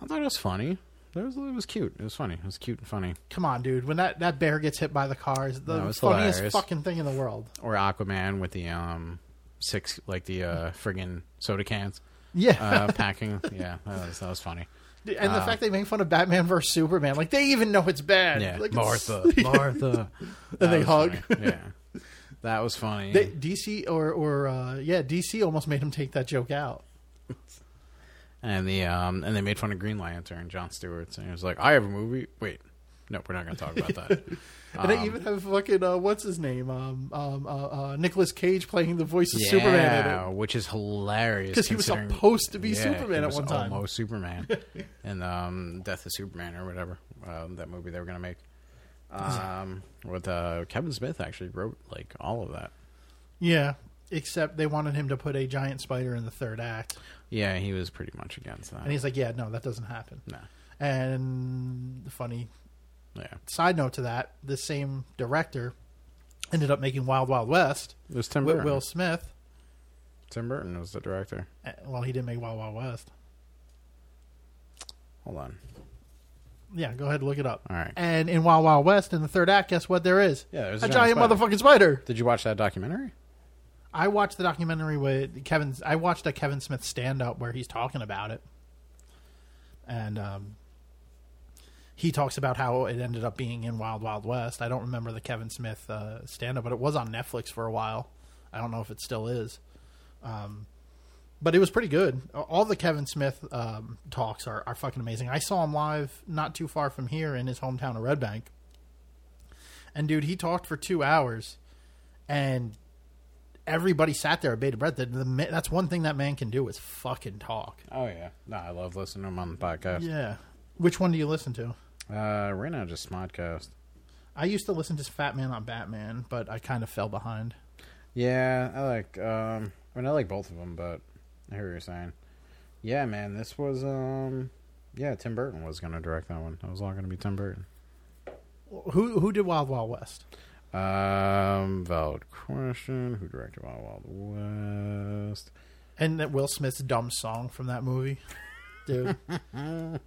I thought it was funny. It was, it was cute. It was funny. It was cute and funny.
Come on, dude. When that, that bear gets hit by the cars, the
No, it's
funniest
hilarious.
fucking thing in the world.
Or Aquaman with the um six like the uh friggin' soda cans
Yeah.
uh packing. Yeah, that was, that was funny.
and the
Uh,
fact they make fun of Batman versus Superman, like they even know it's bad.
Yeah,
Like, it's-
Martha, Martha, That
they
was
hug.
funny. Yeah, that was funny.
They, DC or or uh, yeah, DC almost made him take that joke out.
and the um and they made fun of Green Lantern, John Stewart's, and he was like, "I have a movie." Wait, no, we're not going to talk about that.
And
Um,
they even have fucking uh, what's his name, um, um, uh, uh, Nicholas Cage playing the voice of Superman. In it.
which is hilarious
'Cause he was
considering-
supposed to be
Yeah,
Superman
he
at
was
one time.
Almost Superman, and um, Death of Superman or whatever um, that movie they were gonna make. Um, with uh, Kevin Smith actually wrote like all of that.
Yeah, except they wanted him to put a giant spider in the third act,
Yeah, he was pretty much against that.
and he's like, "Yeah, no, that doesn't happen."
no,
And funny
yeah,
side note to that, the same director ended up making Wild Wild West
it was Tim
with
Burton.
Will Smith.
Tim Burton was the director.
Eh, Well, he didn't make Wild Wild West.
Hold on.
Yeah, go ahead and look it up.
All right.
And in Wild Wild West, in the third act, guess what there is?
Yeah, there's
a,
a
giant,
giant spider.
motherfucking spider.
Did you watch that documentary?
I watched the documentary with Kevin. I watched a Kevin Smith stand up where he's talking about it, and um, he talks about how it ended up being in Wild Wild West. I don't remember the Kevin Smith uh, stand up, but it was on Netflix for a while. I don't know if it still is. Um, but it was pretty good. All the Kevin Smith um, talks are, are fucking amazing. I saw him live not too far from here in his hometown of Red Bank. And dude, he talked for two hours, and everybody sat there at bated breath. The, the, ma- that's one thing that man can do is fucking talk.
Oh yeah, no, I love listening to him on the podcast.
Yeah. Which one do you listen to?
Uh, right now, just Smodcast.
I used to listen to Fat Man on Batman, but I kind of fell behind.
Yeah, I like. Um, I mean, I like both of them, but I hear what you're saying. Yeah, man, this was. Um, yeah, Tim Burton was going to direct that one. It was all going to be Tim Burton.
Who who did Wild Wild West?
Um, valid question. Who directed Wild Wild West?
And that Will Smith's dumb song from that movie. Dude,
I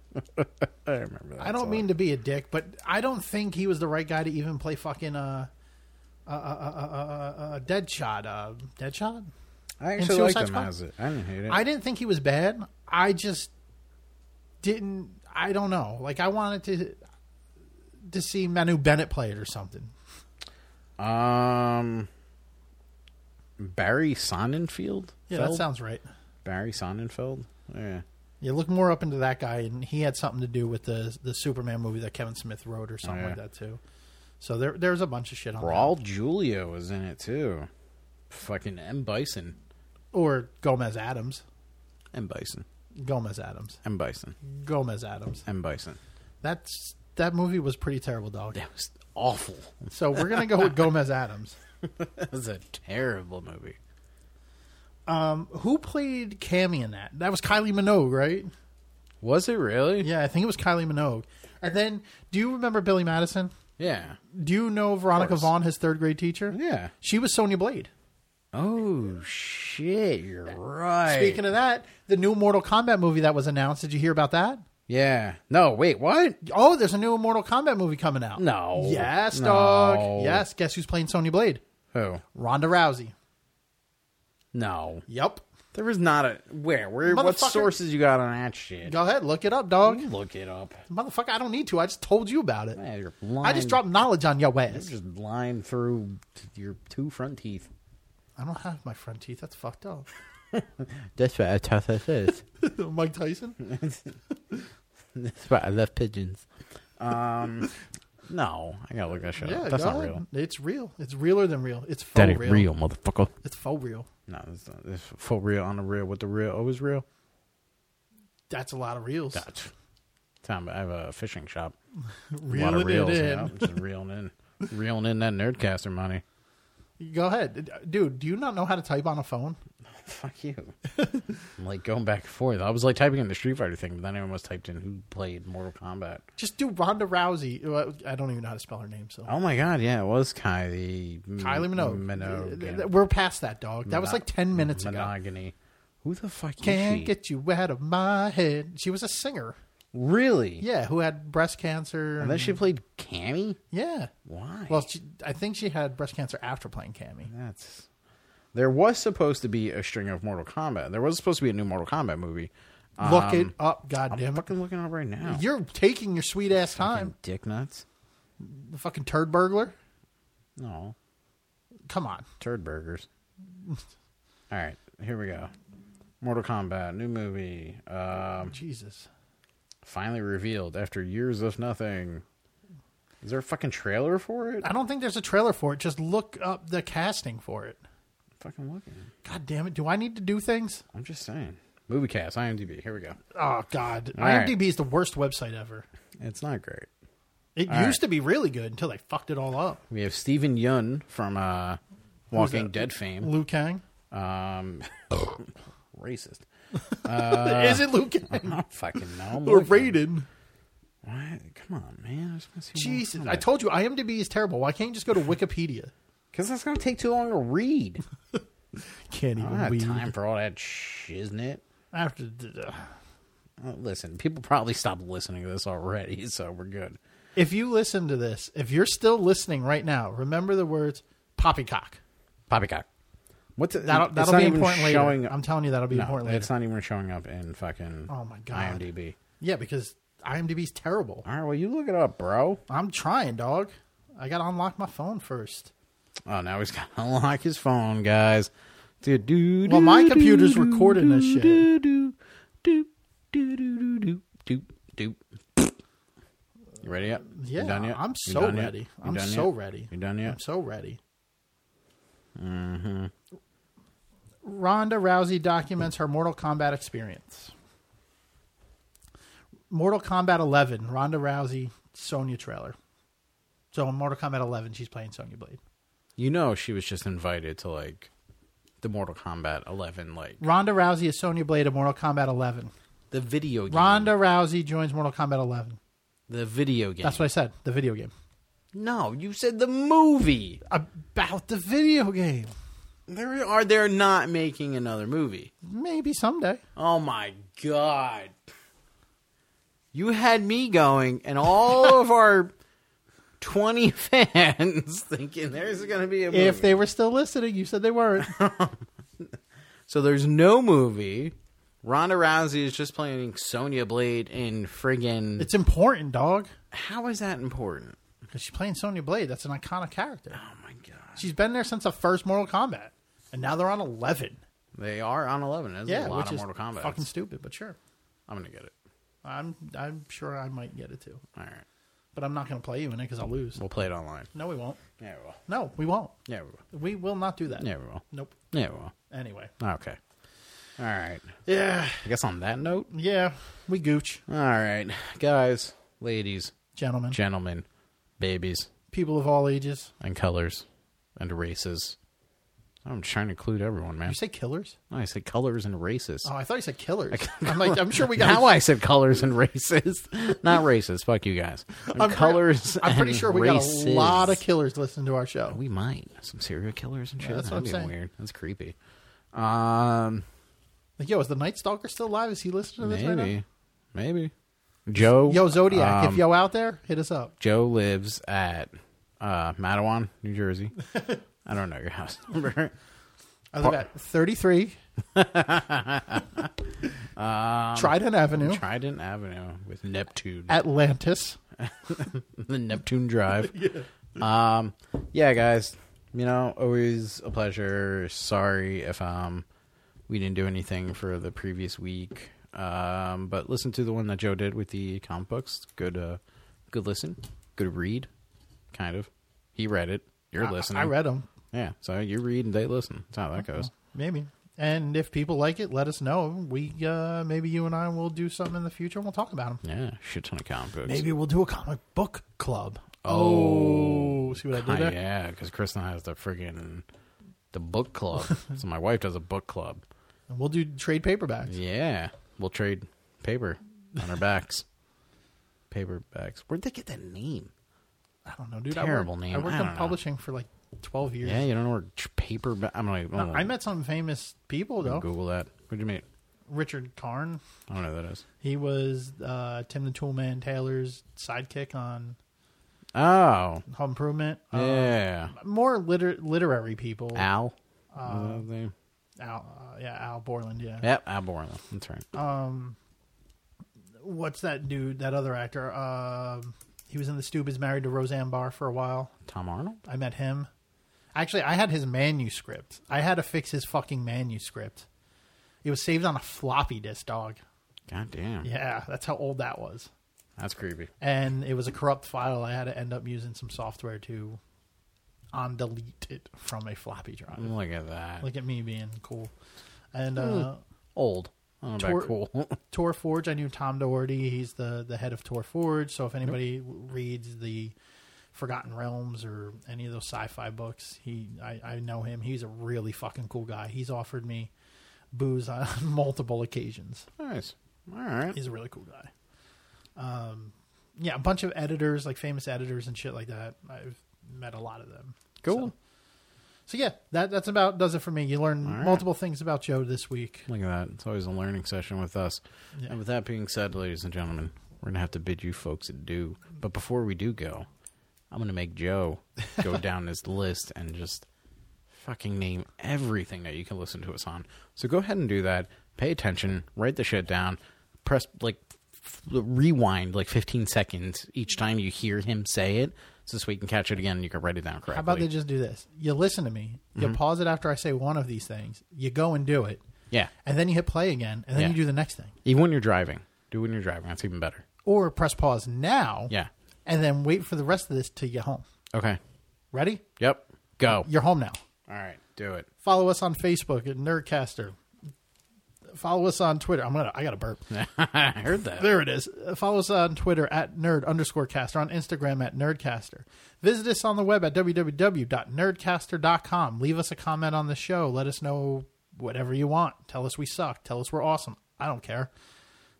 remember that.
I don't
song.
mean to be a dick, but I don't think he was the right guy to even play fucking uh uh uh uh, uh, uh, uh Deadshot. Uh, Deadshot.
I
in
actually liked
Suicide
him
Squad?
as it. I didn't hate it.
I didn't think he was bad. I just didn't. I don't know. Like I wanted to to see Manu Bennett play it or something.
Um, Barry Sonnenfeld.
Yeah, that
Feld?
sounds right.
Barry Sonnenfeld. Yeah.
You look more up into that guy, and he had something to do with the the Superman movie that Kevin Smith wrote or something
yeah.
like that too. So there there's a bunch of shit on that.
Raul Julia was in it too. Fucking M Bison.
or Gomez Adams,
M Bison.
Gomez Adams,
M Bison.
Gomez Adams.
M Bison.
That's that movie was pretty terrible, dog.
That was awful.
So we're gonna go with Gomez Adams.
That was a terrible movie.
Who played Cammy in that? That was Kylie Minogue, right?
Was it really?
Yeah, I think it was Kylie Minogue. And then, do you remember Billy Madison?
Yeah.
Do you know Veronica
course.
Vaughn, his third grade teacher?
Yeah.
She was Sonya Blade.
Oh shit! You're right.
Speaking of that, the new Mortal Kombat movie that was announced. Did you hear about that?
yeah. No. Wait. What?
Oh, there's a new Mortal Kombat movie coming out.
No.
Yes,
No.
dog. Yes. Guess who's playing Sonya Blade?
Who?
Ronda Rousey.
No.
Yep.
There was not a where. Where? What
Motherfucker.
sources you got on that shit?
Go ahead, look it up, dog.
Look it up.
Motherfucker, I don't need to. I just told you about it.
Yeah, you're
I
blind.
just dropped knowledge on your
You're
ass.
just blind through t- your two front teeth.
I don't have my front teeth. That's fucked up.
That's what I thought that is.
Mike Tyson.
That's why I love pigeons. Um, no, I gotta look that shit
Yeah,
up. That's
go
not
ahead.
real.
It's real. It's realer than real. It's faux
That ain't
real.
real, motherfucker.
It's faux real.
No, it's, not, it's for real on the real with the real. Oh, is real.
That's a lot of reels.
That's Tom. I have a fishing shop. a lot
Reeling
of reels.
it
you
in.
know, just reeling in, reeling in that nerdcaster money.
Go ahead, dude. Do you not know how to type on a phone?
Fuck you. I'm like going back and forth. I was like typing in the Street Fighter thing, but then I almost typed in who played Mortal Kombat.
Just do Ronda Rousey. Well, I don't even know how to spell her name. So
Oh my god, yeah, it was Kylie.
Kylie Minogue.
Minogue.
Th-
yeah.
th- We're past that, dog. That was like ten minutes ago.
Monogamy. Who the fuck is
Can't
she?
get you out of my head. She was a singer.
Really?
Yeah, who had breast cancer.
And then
and-
she played Cammy?
yeah.
Why?
Mm-hmm. Well, she, I think she had breast cancer after playing Cammy.
that's. There was supposed to be a string of Mortal Kombat. There was supposed to be a new Mortal Kombat movie. Um,
Look it up, goddamn
I'm
it!
fucking looking up right now.
You're taking your sweet ass time.
Fucking dick nuts.
The fucking turd burglar.
No.
Come on.
Turd burgers. All right, here we go. Mortal Kombat, new movie, um,
Jesus.
finally revealed after years of nothing. Is there a fucking trailer for it?
I don't think there's a trailer for it. Just look up the casting for it.
fucking looking.
God damn it. Do I need to do things?
I'm just saying. Movie cast, IMDb. Here we go.
Oh, God.
All right.
IMDb is the worst website ever.
It's not great.
It
All
used
right.
to be really good until they fucked it all up.
We have Steven Yun from uh, Walking
that?
Dead fame.
Liu Kang?
Um, racist. Uh,
is it Liu Kang?
I don't fucking know. I'm
Or
looking.
Raiden?
What? Come on, man. I just want to see
Jesus. I told you, IMDb is terrible. Why can't you just go to Wikipedia?
Because that's going to take too long to read.
Can't
I
even
don't have
read.
time for all that shiznit.
After the- ugh.
Uh, Listen, people probably stopped listening to this already, so we're good.
if you listen to this, if you're still listening right now, remember the words poppycock.
Poppycock. What's it?
That'll,
it's
that'll
not
be
even
important later.
showing-
I'm telling you, that'll be
no,
important later.
it's not even showing up in fucking
Oh my God.
IMDb.
Yeah, because IMDb's terrible.
All right, well, you look it up, bro.
I'm trying, dog. I gotta unlock my phone first.
Oh, now he's got to unlock his phone, guys. Do, do,
Well,
do,
my
do,
computer's
do,
recording
do,
this shit.
Do, do, do, do, do, do, do, do, do. You ready yet?
Yeah,
you done yet?
I'm
You
so
done yet?
ready.
You
I'm
done
so
yet?
ready.
You done
I'm
yet?
so ready. Mm-hmm. Ronda Rousey documents her Mortal Kombat experience. Mortal Kombat 11, Ronda Rousey, Sonya trailer. So in Mortal Kombat 11, she's playing Sonya Blade.
You know she was just invited to like the Mortal Kombat 11, like
Ronda Rousey is Sonya Blade in Mortal Kombat 11.
the video game.
Ronda Rousey joins Mortal Kombat 11.
the video game.
That's what I said. The video game.
No, you said the movie.
About the video game.
There are they're not making another movie.
Maybe someday.
Oh my god. You had me going and all of our 20 fans thinking there's going to be a movie.
If they were still listening, you said they weren't.
so there's no movie. Ronda Rousey is just playing Sonya Blade in friggin'
it's important, dog.
How is that important?
Because she's playing Sonya Blade. That's an iconic character.
Oh my god.
She's been there since the first Mortal Kombat. And now they're on 11.
They are on 11. There's
yeah,
a lot
which
of
is
Mortal Kombat.
fucking stupid, but sure.
I'm going to get it.
I'm I'm sure I might get it too.
All right.
But I'm not going to play you in it because I'll lose.
We'll play it online.
No, we won't.
Yeah, we will.
No, we won't.
Yeah, we will.
We will not do that.
Yeah, we will.
Nope.
Yeah, we will.
Anyway.
Okay. All right.
Yeah.
I guess on that note,
Yeah. We gooch,
all right, guys, ladies,
gentlemen,
gentlemen, babies,
people of all ages.
and colors and races. I'm trying to include everyone, man.
You say killers?
No, I said colors and races.
Oh, I thought you said killers. I'm like, I'm sure we got.
Now I said colors and races, not races. Fuck you guys.
I'm pre-
colors.
I'm pretty
and
sure we
races.
got a lot of killers listening to our show.
We might some serial killers and shit.
that's what
That'd
I'm
be
saying.
weird. That's creepy. Um,
Like, yo, is the Night Stalker still alive? Is he listening to this right now?
maybe, maybe. Joe,
Yo, Zodiac, if
um,
yo out there, hit us up.
Joe lives at uh, Mattawan, New Jersey. I don't know your house number.
I live at 33 Um, Trident Avenue,
Trident Avenue with Neptune.
Atlantis.
the Neptune Drive. yeah. Um, yeah, guys. You know, always a pleasure. Sorry if um we didn't do anything for the previous week. Um, but listen to the one that Joe did with the comic books. Good, uh, good listen. Good read, kind of. He read it. You're
I-
listening.
I, read Uh-huh. them.
Yeah. So you read and they listen. That's how that goes.
Maybe. And if people like it, let us know. We uh, maybe you and I will do something in the future. and We'll talk about them.
Yeah, shit ton of comic books.
Maybe we'll do a comic book club.
Oh,
Oh, see what I
Hi-
did there?
yeah, because Kristen has the friggin' the book club. so my wife does a book club.
And we'll do trade paperbacks.
Yeah, we'll trade paper on our backs. Paperbacks. Where'd they get that name?
I don't know, dude.
Terrible
I worked,
name.
I worked
I
on
don't know.
publishing for like twelve years.
Yeah, you don't know where tr- paper. Ba- I'm like,
I met some famous people though.
Google that. What do you mean?
Richard Karn.
I don't know who that is.
He was uh, Tim the Toolman Taylor's sidekick on
Oh,
Home Improvement. Uh,
yeah.
more liter- literary people.
Al.
Uh,
Is that his name?
Al, uh, yeah, Al Borland. Yeah.
Yep, Al Borland. That's right.
Uh, What's that dude? That other actor? Um he was in The Stupids, married to Roseanne Barr for a while.
Tom Arnold.
I met him. Actually, I had his manuscript. I had to fix his fucking manuscript. It was saved on a floppy disk, dog.
God damn.
Yeah, that's how old that was.
That's creepy.
And it was a corrupt file. I had to end up using some software to on delete it from a floppy drive.
Look at that.
Look at me being cool. And uh,
old. I don't know
Tor-
about cool.
Tor Forge, I knew Tom Doherty. He's the, the head of Tor Forge. So if anybody w- reads the Forgotten Realms or any of those sci-fi books, he I, I know him. He's a really fucking cool guy. He's offered me booze on multiple occasions.
nice. All right.
He's a really cool guy. Um, yeah, a bunch of editors, like famous editors and shit like that. I've met a lot of them.
Cool.
So, so yeah, that that's about does it for me. You learn
right.
multiple things about Joe this week.
Look at that. It's always a learning session with us.
Yeah.
And with that being said, ladies and gentlemen, we're going to have to bid you folks adieu. But before we do go, I'm going to make Joe go down this list and just fucking name everything that you can listen to us on. So go ahead and do that. Pay attention. Write the shit down. Press like f- rewind like 15 seconds each time you hear him say it, so this way you can catch it again and you can write it down correctly.
How about they just do this? You listen to me. You
Mm-hmm.
pause it after I say one of these things. You go and do it,
yeah,
and then you hit play again, and then
Yeah.
you do the next thing,
even when you're driving, do it when you're driving. That's even better.
or press pause now.
Yeah.
and then wait for the rest of this till you're home.
Okay.
Ready?
Yep. Go.
You're home now.
All right. Do it.
Follow us on Facebook at Nerdcaster. Follow us on Twitter. I'm gonna. I got to burp.
I heard that.
There it is. Uh, Follow us on Twitter at nerd underscore caster, on Instagram at nerdcaster. Visit us on the web at www.nerdcaster.com. Leave us a comment on the show. Let us know whatever you want. Tell us we suck. Tell us we're awesome. I don't care.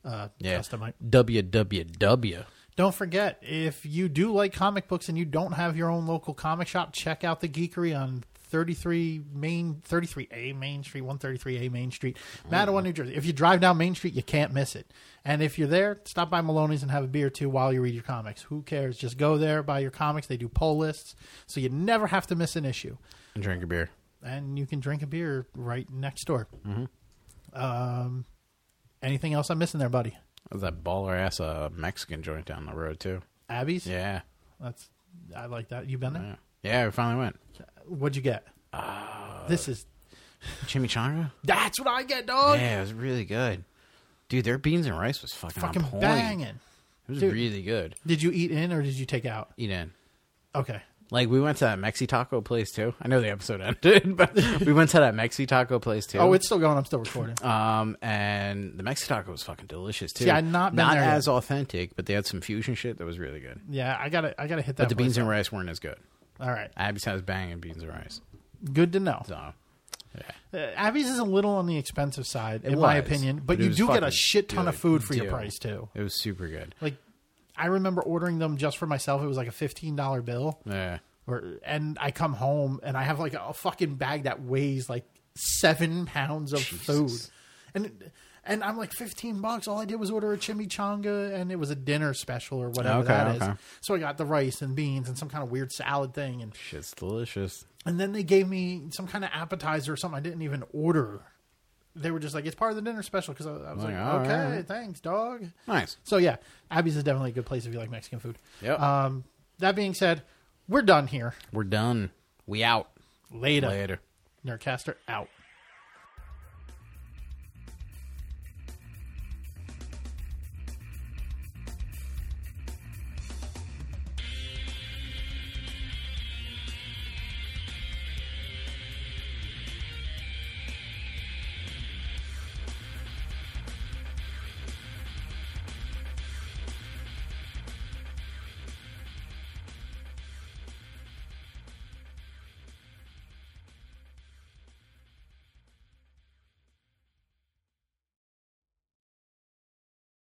Uh,
Yeah.
Customite.
WWW.
Don't forget, if you do like comic books and you don't have your own local comic shop, check out the Geekery on 33 Main 33A Main Street, 133A Main Street, Mattawa, New Jersey. If you drive down Main Street, you can't miss it. And if you're there, stop by Maloney's and have a beer or two while you read your comics. Who cares? Just go there, buy your comics. They do poll lists, so you never have to miss an issue.
And drink a beer.
And you can drink a beer right next door. Um, anything else I'm missing there, buddy?
There's that baller ass uh, Mexican joint down the road too.
Abby's?
Yeah.
That's I like that. You been there?
Yeah. Yeah. We finally went.
What'd you get?
Uh,
this is
Chimichanga.
that's what I get, dog.
Yeah, it was really good. Dude, their beans and rice was fucking, on
Fucking
point.
banging.
It was
Dude.
really good.
Did you eat in or did you take out?
Eat in.
Okay,
Like we went to that Mexi taco place too. I know the episode ended, but we went to that Mexi taco place too.
Oh, it's still going. I'm still recording.
Um, and the Mexi taco was fucking delicious too.
See, I've not been there yet.
as authentic, but they had some fusion shit that was really good.
yeah, I gotta, I gotta hit that.
But the
place
beans and
up.
rice weren't as good.
All right,
Abby's house banging beans and rice.
good to know.
So
Uh, Abby's is a little on the expensive side, in
It
my
was,
opinion, but,
it
you
was
do get a
fucking
shit ton of
good.
food
You
for your
do.
price too.
It was super good.
Like, I remember ordering them just for myself. It was like a fifteen dollar bill,
Yeah.
or and I come home and I have like a fucking bag that weighs like seven pounds of
Jesus.
food, and and I'm like fifteen bucks. All I did was order a chimichanga, and it was a dinner special or whatever
Okay,
that is.
okay.
So I got the rice and beans and some kind of weird salad thing, and
Shit's delicious.
and then they gave me some kind of appetizer or something I didn't even order. They were just like, "It's part of the dinner special," because I, I was
Like,
like,
all
"Okay,
right.
thanks, dog."
Nice.
So yeah, Abby's is definitely a good place if you like Mexican food.
Yep.
Um, that being said, we're done here.
We're done. We out.
Later.
Later.
Nerdcaster out.